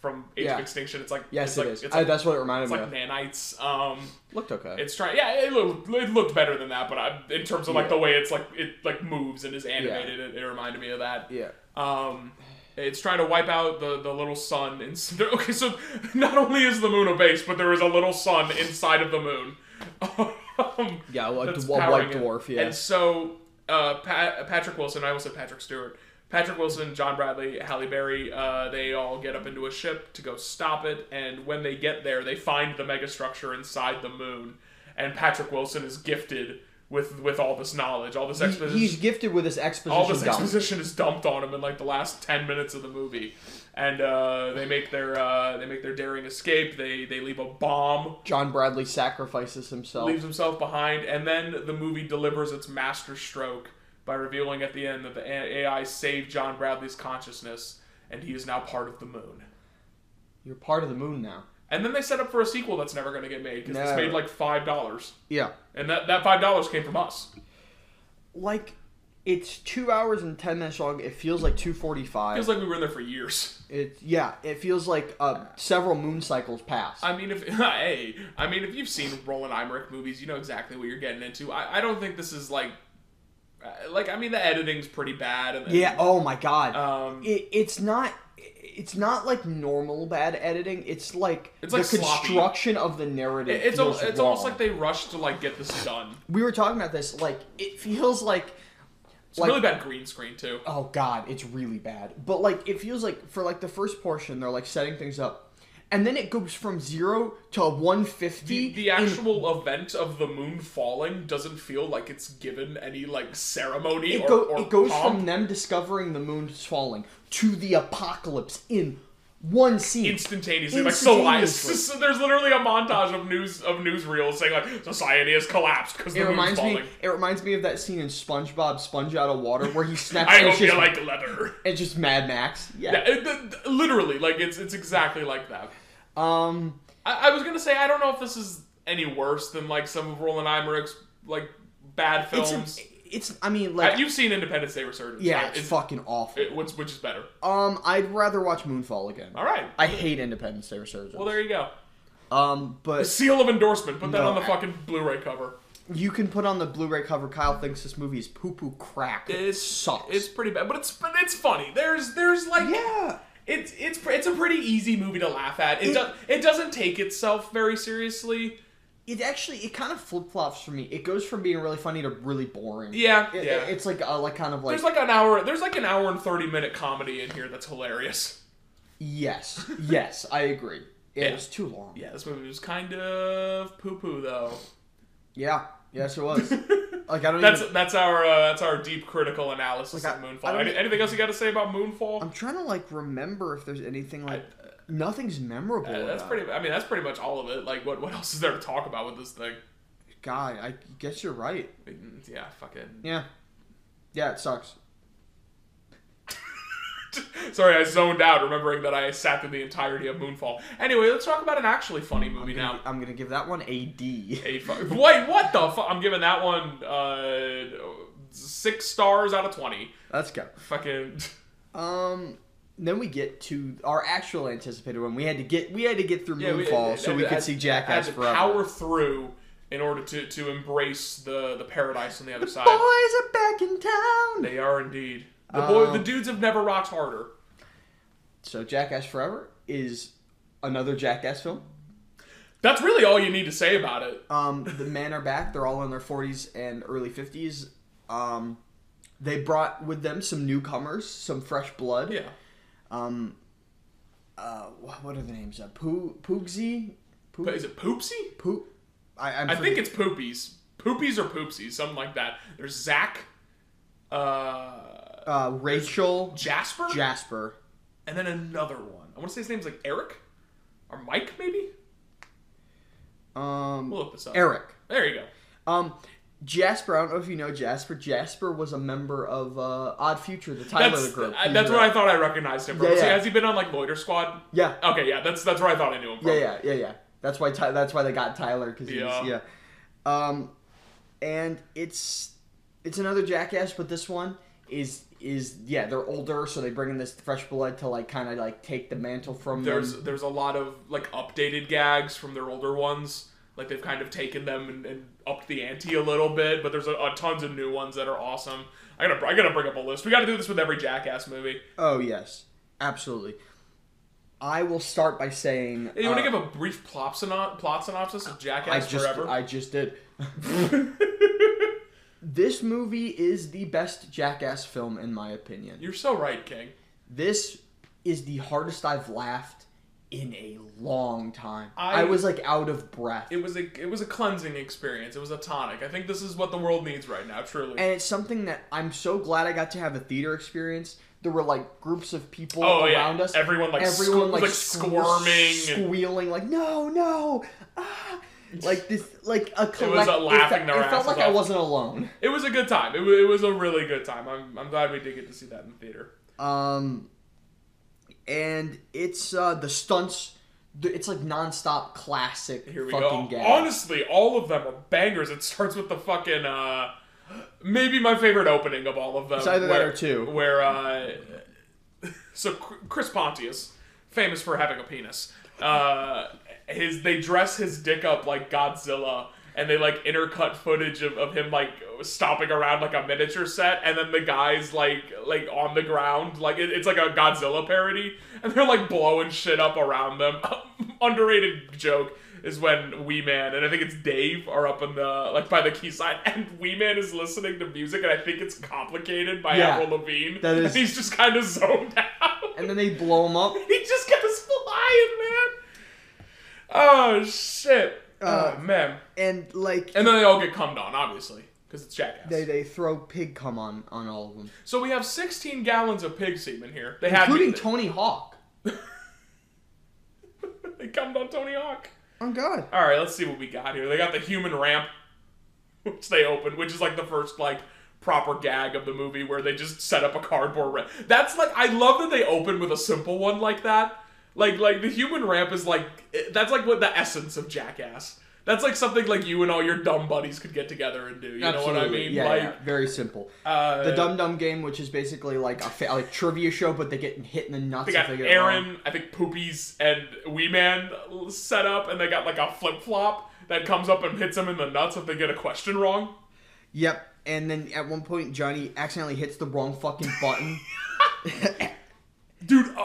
Speaker 2: from Age
Speaker 1: Yeah.
Speaker 2: of Extinction. It's like
Speaker 1: Yes,
Speaker 2: it's
Speaker 1: it
Speaker 2: like,
Speaker 1: is.
Speaker 2: It's
Speaker 1: I-
Speaker 2: like,
Speaker 1: that's what it reminded
Speaker 2: it's
Speaker 1: me
Speaker 2: like
Speaker 1: of.
Speaker 2: nanites. Um,
Speaker 1: Looked okay.
Speaker 2: it's trying. Yeah, it looked, it looked better than that, but I, in terms of like
Speaker 1: Yeah.
Speaker 2: the way it's like it like moves and is animated, it, it reminded me of that.
Speaker 1: yeah.
Speaker 2: Um, it's trying to wipe out the, the little sun. And s- there- okay, so not only is the moon a base, but there is a little sun inside of the moon. Um,
Speaker 1: Yeah, like
Speaker 2: that's
Speaker 1: a white
Speaker 2: powering it.
Speaker 1: dwarf, yeah.
Speaker 2: And so uh, Pat, Patrick Wilson, I almost said Patrick Stewart. Patrick Wilson, John Bradley, Halle Berry, uh, they all get up into a ship to go stop it. And when they get there, they find the megastructure inside the moon. And Patrick Wilson is gifted with with all this knowledge, all this
Speaker 1: He-
Speaker 2: exposition
Speaker 1: he's gifted with this exposition.
Speaker 2: all this
Speaker 1: dump.
Speaker 2: exposition is dumped on him in like the last ten minutes of the movie, and uh, they make their uh, they make their daring escape. They they leave a bomb,
Speaker 1: John Bradley sacrifices himself.
Speaker 2: leaves himself behind, and then the movie delivers its master stroke by revealing at the end that the A- AI saved John Bradley's consciousness, and he is now part of the moon.
Speaker 1: You're part of the moon now.
Speaker 2: And then they set up for a sequel that's never going to get made because it's
Speaker 1: Never.
Speaker 2: made like five dollars,
Speaker 1: Yeah.
Speaker 2: and that that five dollars came from us.
Speaker 1: Like, it's two hours and ten minutes long. It feels like two forty-five.
Speaker 2: Feels like we were in there for years.
Speaker 1: It yeah. It feels like uh, several moon cycles passed.
Speaker 2: I mean, if hey, I mean, if you've seen Roland Emmerich movies, you know exactly what you're getting into. I, I don't think this is like, uh, like I mean, the editing's pretty bad. And,
Speaker 1: yeah. Oh my god.
Speaker 2: Um,
Speaker 1: it, it's not. It's not like normal bad editing. It's like
Speaker 2: It's
Speaker 1: the
Speaker 2: like sloppy.
Speaker 1: construction of the narrative.
Speaker 2: it- it's al-
Speaker 1: feels
Speaker 2: it's almost
Speaker 1: wrong.
Speaker 2: like they rushed to like get this done.
Speaker 1: we were talking about this. Like it feels like
Speaker 2: It's really bad green screen too.
Speaker 1: oh god, it's really bad. But like it feels like for like the first portion, they're like setting things up, and then it goes from zero to one fifty.
Speaker 2: The, the actual event of the moon falling doesn't feel like it's given any like ceremony
Speaker 1: it,
Speaker 2: or,
Speaker 1: go,
Speaker 2: or
Speaker 1: it goes
Speaker 2: pomp.
Speaker 1: from them discovering the moon's falling to the apocalypse in one scene.
Speaker 2: instantaneously, like so why is-
Speaker 1: Instantaneously.
Speaker 2: so there's literally a montage of news of newsreels saying like society has collapsed because the
Speaker 1: It
Speaker 2: moon's
Speaker 1: reminds
Speaker 2: falling.
Speaker 1: me. It reminds me of that scene in SpongeBob: Sponge Out of Water, where he snaps.
Speaker 2: I
Speaker 1: and
Speaker 2: hope
Speaker 1: it's
Speaker 2: you
Speaker 1: just-
Speaker 2: like leather.
Speaker 1: It's just Mad Max. Yeah.
Speaker 2: Yeah, it- th- th- literally, like it's it's exactly like that.
Speaker 1: Um.
Speaker 2: I, I was gonna say I don't know if this is any worse than like some of Roland Emmerich's like bad
Speaker 1: It's.
Speaker 2: films.
Speaker 1: A, it's. I mean,
Speaker 2: Uh,
Speaker 1: like.
Speaker 2: You've seen Independence Day Resurgence.
Speaker 1: yeah,
Speaker 2: right?
Speaker 1: it's, fucking awful.
Speaker 2: it- what's which is better?
Speaker 1: um, I'd rather watch Moonfall again.
Speaker 2: All right.
Speaker 1: I hate Independence Day Resurgence.
Speaker 2: well, there you go.
Speaker 1: um, but
Speaker 2: Seal of endorsement. Put that
Speaker 1: No.
Speaker 2: on the fucking Blu-ray cover.
Speaker 1: you can put on the Blu-ray cover. Kyle thinks this movie is poo-poo crack. It sucks.
Speaker 2: It's pretty bad, but it's but it's funny. There's there's like
Speaker 1: yeah.
Speaker 2: It's it's pre- it's a pretty easy movie to laugh at. It,
Speaker 1: It-
Speaker 2: does it doesn't take itself very seriously.
Speaker 1: it actually it kind of flip flops for me. It goes from being really funny to really boring.
Speaker 2: Yeah,
Speaker 1: It-
Speaker 2: yeah.
Speaker 1: it's like uh, like kind of like,
Speaker 2: There's like an hour. There's like an hour and thirty minute comedy in here that's hilarious.
Speaker 1: yes, yes, I agree. It
Speaker 2: Yeah.
Speaker 1: was too long.
Speaker 2: Yeah, this movie was kind of poo poo though.
Speaker 1: Yeah, yes, it was. like I don't.
Speaker 2: That's
Speaker 1: even,
Speaker 2: that's our uh, that's our deep critical analysis
Speaker 1: Like,
Speaker 2: of
Speaker 1: I-
Speaker 2: Moonfall.
Speaker 1: I don't
Speaker 2: Any,
Speaker 1: e-
Speaker 2: anything else you got to say about Moonfall?
Speaker 1: I'm trying to like remember if there's anything like
Speaker 2: I-
Speaker 1: nothing's memorable.
Speaker 2: Uh, that's
Speaker 1: about
Speaker 2: pretty. I mean, that's pretty much all of it. Like, what what else is there to talk about with this thing?
Speaker 1: it. God, I guess you're right.
Speaker 2: I mean, Yeah, fucking.
Speaker 1: Yeah, yeah, it sucks.
Speaker 2: Sorry, I zoned out remembering that I sat through the entirety of Moonfall. Anyway, let's talk about an actually funny movie
Speaker 1: I'm gonna-
Speaker 2: now.
Speaker 1: I'm gonna give that one a D.
Speaker 2: A fu- Wait, what the fuck? I'm giving that one uh, six stars out of twenty.
Speaker 1: Let's go.
Speaker 2: Fucking.
Speaker 1: Um, then we get to our actual anticipated one. We had to get we had to get through
Speaker 2: we-
Speaker 1: Moonfall so we
Speaker 2: I-
Speaker 1: could
Speaker 2: I-
Speaker 1: see
Speaker 2: I had
Speaker 1: Jackass
Speaker 2: to
Speaker 1: forever.
Speaker 2: Power through in order to to embrace the the paradise on the other
Speaker 1: Boys
Speaker 2: side.
Speaker 1: are back in town.
Speaker 2: They are indeed. The boy,
Speaker 1: Um,
Speaker 2: the dudes have never rocked harder.
Speaker 1: So Jackass Forever is another Jackass film.
Speaker 2: That's really all you need to say about it.
Speaker 1: Um, the men are back. They're all in their 40s and early 50s. Um, they brought with them some newcomers, some fresh blood.
Speaker 2: Yeah.
Speaker 1: Um, uh, wh- what are the names? Uh, Poo Poogzy. Poo.
Speaker 2: But is it Poopsie?
Speaker 1: Poo. I, I'm
Speaker 2: I think
Speaker 1: forget-
Speaker 2: it's Poopies. Poopies or Poopsies, something like that. There's Zach, uh,
Speaker 1: uh, Rachel
Speaker 2: Jasper,
Speaker 1: Jasper.
Speaker 2: and then another one. I want to say his name's like Eric or Mike, maybe?
Speaker 1: Um,
Speaker 2: We'll look this up.
Speaker 1: Eric.
Speaker 2: There you go.
Speaker 1: Um, Jasper, I don't know if you know Jasper. Jasper was a member of uh, Odd Future, the Tyler
Speaker 2: That's,
Speaker 1: group.
Speaker 2: I- that's where I thought I recognized him from.
Speaker 1: Yeah,
Speaker 2: Was he-
Speaker 1: yeah.
Speaker 2: has he been on like Loiter Squad?
Speaker 1: Yeah,
Speaker 2: Okay, yeah, that's that's where I thought I knew him from.
Speaker 1: yeah, yeah, yeah, yeah. That's why Ty- that's why they got Tyler because yeah.
Speaker 2: Yeah.
Speaker 1: yeah. Um, and it's it's another Jackass, but this one is is yeah they're older, so they bring in this fresh blood to like kind of like take the mantle from
Speaker 2: There's
Speaker 1: them.
Speaker 2: there's a lot of like updated gags from their older ones. Like they've kind of taken them and, and upped the ante a little bit, but there's a, a tons of new ones that are awesome. I gotta I gotta bring up a list. We gotta do this with every Jackass movie.
Speaker 1: Oh yes, absolutely. I will start by saying
Speaker 2: Hey, you want
Speaker 1: uh,
Speaker 2: to give a brief plot, syno- plot synopsis of
Speaker 1: I
Speaker 2: Jackass
Speaker 1: just
Speaker 2: Forever?
Speaker 1: I just did. this movie is the best Jackass film in my opinion.
Speaker 2: You're so right, King.
Speaker 1: This is the hardest I've laughed in a long time.
Speaker 2: I-
Speaker 1: I, was like out of breath.
Speaker 2: It was a it was a cleansing experience. It was a tonic. I think this is what the world needs right now. Truly.
Speaker 1: and it's something that I'm so glad I got to have a theater experience. There were like groups of people
Speaker 2: Oh, yeah.
Speaker 1: around us.
Speaker 2: Everyone, like, squ- was, like, squirming and-
Speaker 1: squealing, like no, no, ah, like this, like a collect.
Speaker 2: a laughing
Speaker 1: It,
Speaker 2: their
Speaker 1: felt- it felt
Speaker 2: asses
Speaker 1: like I
Speaker 2: off.
Speaker 1: wasn't alone.
Speaker 2: it was a good time. It, w- it was a really good time. I'm, I'm glad we did get to see that in the theater.
Speaker 1: Um, and it's uh, the stunts. th- It's like nonstop classic
Speaker 2: Here we
Speaker 1: fucking
Speaker 2: go.
Speaker 1: gags.
Speaker 2: Honestly, all of them are bangers. It starts with the fucking uh maybe my favorite opening of all of them.
Speaker 1: It's either that or two.
Speaker 2: Where uh so Chr- Chris Pontius, famous for having a penis. Uh his they dress his dick up like Godzilla and they like intercut footage of, of him like stomping around like a miniature set and then the guys like like on the ground like it, it's like a Godzilla parody and they're like blowing shit up around them. Underrated joke is when Wee Man and I think it's Dave are up in the like by the quayside and Wee Man is listening to music and I think it's complicated by
Speaker 1: Yeah.
Speaker 2: Avril Lavigne.
Speaker 1: That is-
Speaker 2: And he's just kind of zoned out.
Speaker 1: And then they blow them up.
Speaker 2: He just got us flying, man. Oh shit.
Speaker 1: Uh,
Speaker 2: oh man.
Speaker 1: and like
Speaker 2: And then they all get cummed on, obviously, because it's jackass.
Speaker 1: they they throw pig cum on on all of them,
Speaker 2: so we have 16 gallons of pig semen here. They had
Speaker 1: including
Speaker 2: me-
Speaker 1: Tony Hawk.
Speaker 2: They cummed on Tony Hawk.
Speaker 1: Oh God!
Speaker 2: All right, let's see what we got here. They got the human ramp, which they opened, which is like the first like proper gag of the movie where they just set up a cardboard ramp. That's like I love that they open with a simple one like that. Like like the human ramp is like it- that's like what the essence of Jackass. That's like something like you and all your dumb buddies could get together and do. You know what I mean?
Speaker 1: Yeah,
Speaker 2: like
Speaker 1: yeah, very simple.
Speaker 2: Uh,
Speaker 1: the Dum Dum game, which is basically like a fa- like trivia show, but they get hit in the nuts.
Speaker 2: They
Speaker 1: if
Speaker 2: got
Speaker 1: they get it wrong.
Speaker 2: Aaron, I think Poopies and Wee Man set up, and they got like a flip flop that comes up and hits them in the nuts if they get a question wrong.
Speaker 1: Yep. And then at one point, Johnny accidentally hits the wrong fucking button.
Speaker 2: Dude, uh,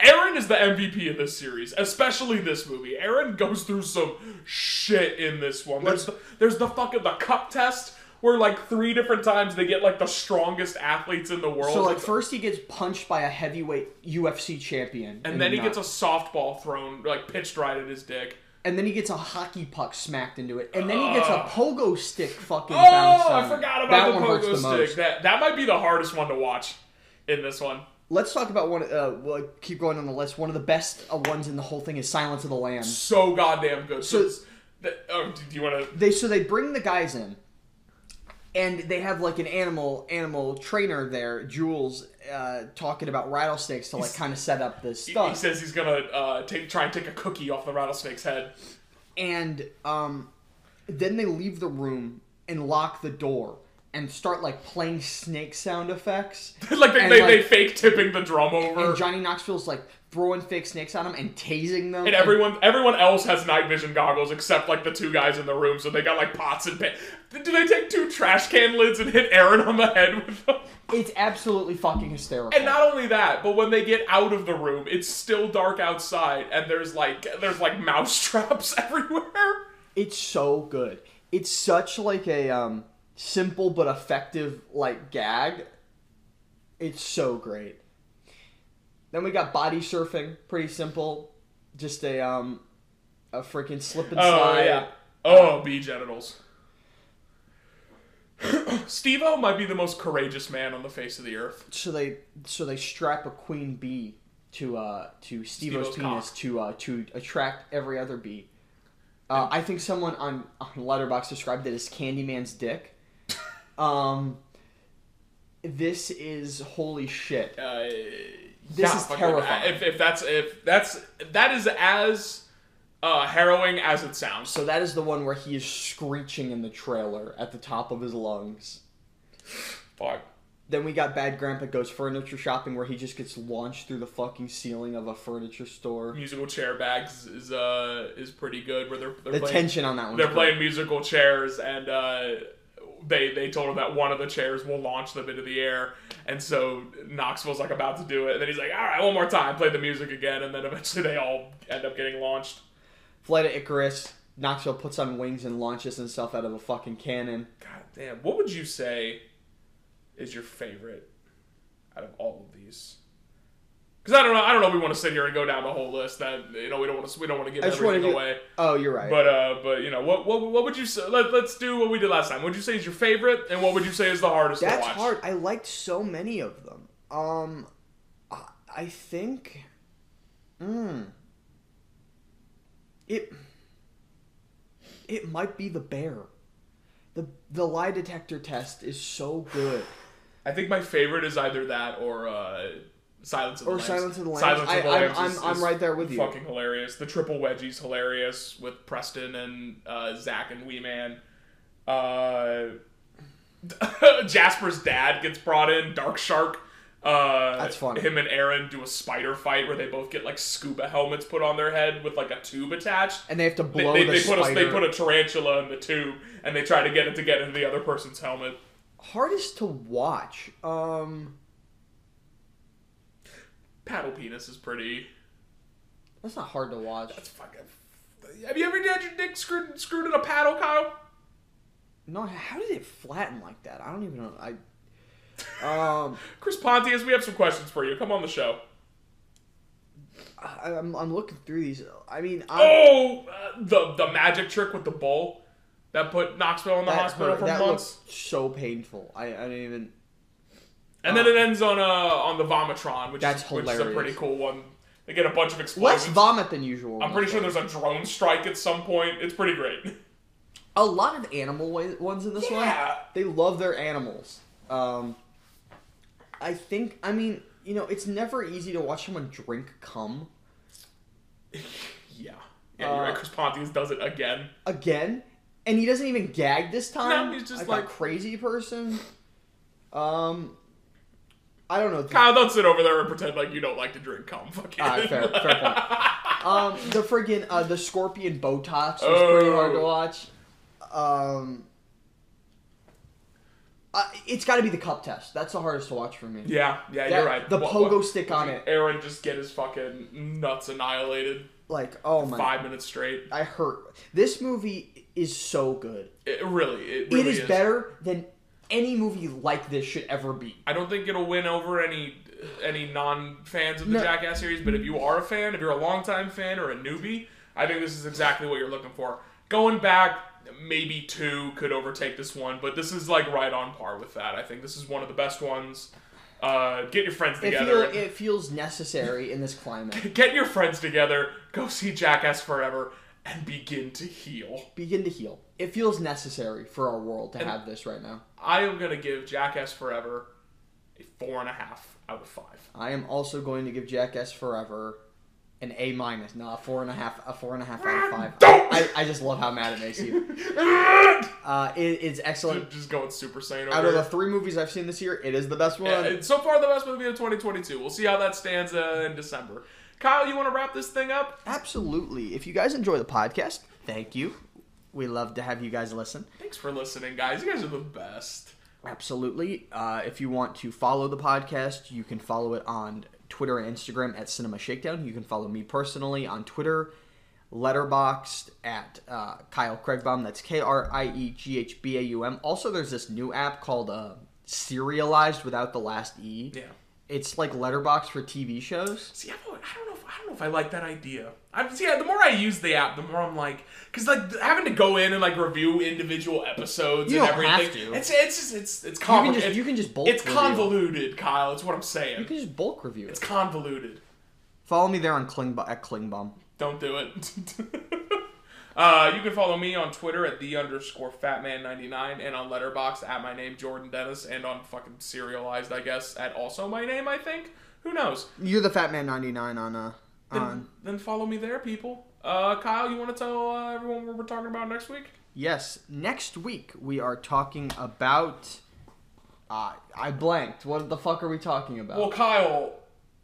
Speaker 2: Aaron is the MVP of this series, especially this movie. Aaron goes through some shit in this one. There's the, there's the fucking the cup test where like three different times they get like the strongest athletes in the world.
Speaker 1: So like first he gets punched by a heavyweight UFC champion,
Speaker 2: and then he
Speaker 1: not.
Speaker 2: gets a softball thrown like pitched right at his dick.
Speaker 1: and then he gets a hockey puck smacked into it, and then he gets a pogo stick fucking.
Speaker 2: Oh,
Speaker 1: bounced on
Speaker 2: I
Speaker 1: him.
Speaker 2: forgot
Speaker 1: that
Speaker 2: about the
Speaker 1: one hurts
Speaker 2: pogo
Speaker 1: the
Speaker 2: stick.
Speaker 1: most.
Speaker 2: That that might be the hardest one to watch in this one.
Speaker 1: Let's talk about one. Uh, well, keep going on the list. One of the best uh, ones in the whole thing is Silence of the Lambs.
Speaker 2: So goddamn good.
Speaker 1: So-
Speaker 2: So, it's- that- oh, do do you want to?
Speaker 1: they so they bring the guys in and they have like an animal animal trainer there jules uh, talking about rattlesnakes to like kind of set up this
Speaker 2: He, he
Speaker 1: stuff
Speaker 2: says he's gonna uh, take try and take a cookie off the rattlesnake's head.
Speaker 1: and um, then they leave the room and lock the door and start like playing snake sound effects
Speaker 2: like they,
Speaker 1: And,
Speaker 2: they,
Speaker 1: like-
Speaker 2: they fake tipping the drum over.
Speaker 1: and
Speaker 2: And,
Speaker 1: johnny knoxville's like throwing fake snakes at them and tasing them and-
Speaker 2: everyone everyone else has night vision goggles except like the two guys in the room. So they got like pots and pans. Do they take two trash can lids and hit Aaron on the head with them?
Speaker 1: it's absolutely fucking hysterical
Speaker 2: And not only that, but when they get out of the room, it's still dark outside, and there's like there's like mouse traps everywhere.
Speaker 1: It's so good. It's such like a um, simple but effective like gag. It's so great. Then we got body surfing, pretty simple, just a um, a freaking slip and
Speaker 2: Oh
Speaker 1: slide.
Speaker 2: yeah.
Speaker 1: uh,
Speaker 2: Oh, bee genitals. Steve-O might be the most courageous man on the face of the earth.
Speaker 1: So they so they strap a queen bee to uh to Steve-O's
Speaker 2: Steve-O's
Speaker 1: penis
Speaker 2: cock.
Speaker 1: to uh to attract every other bee. Uh, I think someone on, on Letterbox described it as Candyman's dick. um, this is holy shit.
Speaker 2: Uh,
Speaker 1: This
Speaker 2: yeah,
Speaker 1: is
Speaker 2: fucking-
Speaker 1: terrifying.
Speaker 2: If, if that's if that's that is as uh, harrowing as it sounds.
Speaker 1: So that is the one where he is screeching in the trailer at the top of his lungs.
Speaker 2: fuck.
Speaker 1: Then we got Bad Grandpa Goes Furniture Shopping where he just gets launched through the fucking ceiling of a furniture store.
Speaker 2: Musical chair bags is uh is pretty good. Where they're, they're
Speaker 1: The
Speaker 2: playing,
Speaker 1: tension on that one.
Speaker 2: they're playing musical chairs and uh, they they told him that one of the chairs will launch them into the air and so knoxville's like about to do it and then he's like all right one more time play the music again and then eventually they all end up getting launched
Speaker 1: Flight of Icarus. Knoxville puts on wings and launches himself out of a fucking cannon.
Speaker 2: god damn what would you say is your favorite out of all of these because I don't know, I don't know. if We want to sit here and go down the whole list. That you know, we don't want to. We don't want to give
Speaker 1: I just wanted
Speaker 2: everything
Speaker 1: to.
Speaker 2: away.
Speaker 1: Oh, you're right.
Speaker 2: But uh, but you know, what what, what would you say? Let, let's do what we did last time. What would you say is your favorite, and what would you say is the hardest to
Speaker 1: That's
Speaker 2: watch?
Speaker 1: hard. I liked so many of them. Um, I, I think. Mm, it. It might be the bear. The the lie detector test is so good.
Speaker 2: I think my favorite is either that or uh, Silence of the
Speaker 1: Or
Speaker 2: Lambs.
Speaker 1: Silence of the Lambs.
Speaker 2: Silence of
Speaker 1: I-
Speaker 2: the
Speaker 1: I'm-
Speaker 2: Lambs
Speaker 1: I'm-
Speaker 2: is,
Speaker 1: I'm
Speaker 2: is
Speaker 1: right there with you.
Speaker 2: Fucking hilarious. The triple wedgie's hilarious with Preston and uh, Zach and Wee Man. Uh, Jasper's dad gets brought in. Dark Shark. Uh,
Speaker 1: That's funny.
Speaker 2: Him and Aaron do a spider fight where they both get like scuba helmets put on their head with like a tube attached.
Speaker 1: And they have to
Speaker 2: They,
Speaker 1: blow
Speaker 2: they,
Speaker 1: the
Speaker 2: they put
Speaker 1: spider.
Speaker 2: a, they put a tarantula in the tube and they try to get it to get into the other person's helmet.
Speaker 1: Hardest to watch. Um,
Speaker 2: Paddle penis is pretty.
Speaker 1: that's not hard to watch.
Speaker 2: That's fucking. Have you ever had your dick screwed screwed in a paddle, Kyle?
Speaker 1: No, how did it flatten like that? I don't even know. I. Um.
Speaker 2: Chris Pontius, we have some questions for you. Come on the show.
Speaker 1: I, I'm, I'm looking through these. I mean, I,
Speaker 2: Oh, uh, the the magic trick with the bowl that put Knoxville in the
Speaker 1: that
Speaker 2: hospital
Speaker 1: hurt.
Speaker 2: for
Speaker 1: that
Speaker 2: months,
Speaker 1: looked so painful. I, I didn't even.
Speaker 2: and then it ends on uh on the vomitron, which
Speaker 1: That's
Speaker 2: is, which is a pretty
Speaker 1: hilarious.
Speaker 2: cool one. They get a bunch of
Speaker 1: Less
Speaker 2: explosions.
Speaker 1: vomit than usual.
Speaker 2: I'm pretty sure there's a drone strike at some point. It's pretty great.
Speaker 1: a lot of animal wa- ones in this one.
Speaker 2: Yeah.
Speaker 1: They love their animals. Um, I think. I mean, you know, it's never easy to watch someone drink cum
Speaker 2: Yeah. Yeah, you're
Speaker 1: Uh,
Speaker 2: right. Chris Pontius does it again.
Speaker 1: again, and he doesn't even gag this time.
Speaker 2: he's
Speaker 1: like
Speaker 2: just like-
Speaker 1: a crazy person. Um, I don't know.
Speaker 2: Kyle, don't sit over there and pretend like you don't like to drink cum. Fuck
Speaker 1: All right,
Speaker 2: it.
Speaker 1: fair, fair point. Um, the friggin' uh, the scorpion Botox was
Speaker 2: Oh.
Speaker 1: pretty hard to watch. Um, Uh, it's got to be the cup test. That's the hardest to watch for me.
Speaker 2: Yeah, yeah,
Speaker 1: That-
Speaker 2: you're right.
Speaker 1: The
Speaker 2: What-
Speaker 1: pogo
Speaker 2: what-
Speaker 1: stick on it.
Speaker 2: Aaron just get his fucking nuts annihilated
Speaker 1: Like, oh my.
Speaker 2: five minutes straight.
Speaker 1: I hurt. This movie is so good.
Speaker 2: It really, it
Speaker 1: It
Speaker 2: really
Speaker 1: is better than any movie like this should ever be.
Speaker 2: I don't think it'll win over any any non fans of the
Speaker 1: No.
Speaker 2: Jackass series, but if you are a fan, if you're a longtime fan or a newbie, I think this is exactly what you're looking for. Going back, maybe two could overtake this one, but this is like right on par with that. I think this is one of the best ones. Uh, get your friends
Speaker 1: It,
Speaker 2: together.
Speaker 1: feel, it feels necessary in this climate.
Speaker 2: get your friends together. Go see Jackass Forever and begin to heal.
Speaker 1: Begin to heal. It feels necessary for our world to have this right now.
Speaker 2: I am gonna give Jackass Forever a four and a half out of five.
Speaker 1: I am also going to give Jackass Forever an A minus, not a four and a half, a four and a half out of five.
Speaker 2: Don't!
Speaker 1: I, I just love how mad it makes you. Uh, it, it's excellent.
Speaker 2: Just going Super Saiyan.
Speaker 1: Out
Speaker 2: over
Speaker 1: of the
Speaker 2: here.
Speaker 1: three movies I've seen this year, it is the best one.
Speaker 2: Yeah, it's so far the best movie of 2022. We'll see how that stands uh, in December. Kyle, you want to wrap this thing up?
Speaker 1: Absolutely. If you guys enjoy the podcast, thank you. We love to have you guys listen.
Speaker 2: Thanks for listening, guys. You guys are the best.
Speaker 1: Absolutely. Uh, if you want to follow the podcast, you can follow it on Twitter and Instagram at Cinema Shakedown. You can follow me personally on Twitter, letterboxed at uh, Kyle Craigbaum. That's K R I E G H B A U M. Also, there's this new app called uh, Serialized without the last E.
Speaker 2: Yeah.
Speaker 1: It's like letterbox for TV shows.
Speaker 2: See, I don't, I don't know. If, I don't know if I like that idea. I see. The more I use the app, the more I'm like, because like having to go in and like review individual episodes
Speaker 1: You
Speaker 2: and
Speaker 1: don't have
Speaker 2: everything.
Speaker 1: to.
Speaker 2: It's it's just it's it's
Speaker 1: You
Speaker 2: convoluted.
Speaker 1: can just, you can just bulk
Speaker 2: it's
Speaker 1: review.
Speaker 2: convoluted, Kyle. It's what I'm saying.
Speaker 1: You can just bulk review
Speaker 2: It's
Speaker 1: it.
Speaker 2: convoluted.
Speaker 1: Follow me there on Klingbo- at Klingbaum.
Speaker 2: Don't do it. uh, you can follow me on Twitter at the underscore fatman99 and on Letterbox at my name Jordan Dennis and on fucking serialized I guess at also my name I think. Who knows?
Speaker 1: You're the Fat Man 99 on uh on
Speaker 2: Then follow me there, people. Uh, Kyle, you want to tell uh, everyone what we're talking about next week?
Speaker 1: Yes, next week we are talking about uh, I blanked. What the fuck are we talking about?
Speaker 2: Well, Kyle,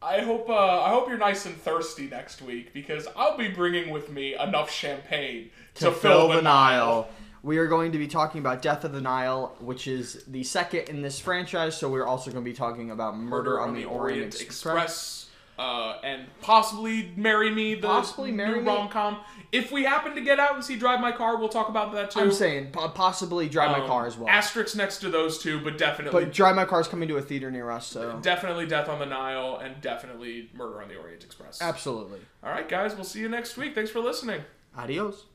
Speaker 2: I hope uh, I hope you're nice and thirsty next week because I'll be bringing with me enough champagne to, fill, the Nile.
Speaker 1: We are going to be talking about Death of the Nile, which is the second in this franchise, so we're also going to be talking about Murder, on, the, Orient, Express.
Speaker 2: uh, and possibly marry me. The
Speaker 1: Possibly Marry Me.
Speaker 2: new rom com. If we happen to get out and see Drive My Car, we'll talk about that too.
Speaker 1: I'm saying po- possibly Drive My
Speaker 2: Um,
Speaker 1: Car as well.
Speaker 2: Asterisks next to those two, but definitely,
Speaker 1: but Drive My Car is coming to a theater near us, so
Speaker 2: definitely Death on the Nile and definitely Murder on the Orient Express.
Speaker 1: absolutely.
Speaker 2: All right, guys, we'll see you next week. Thanks for listening.
Speaker 1: Adios.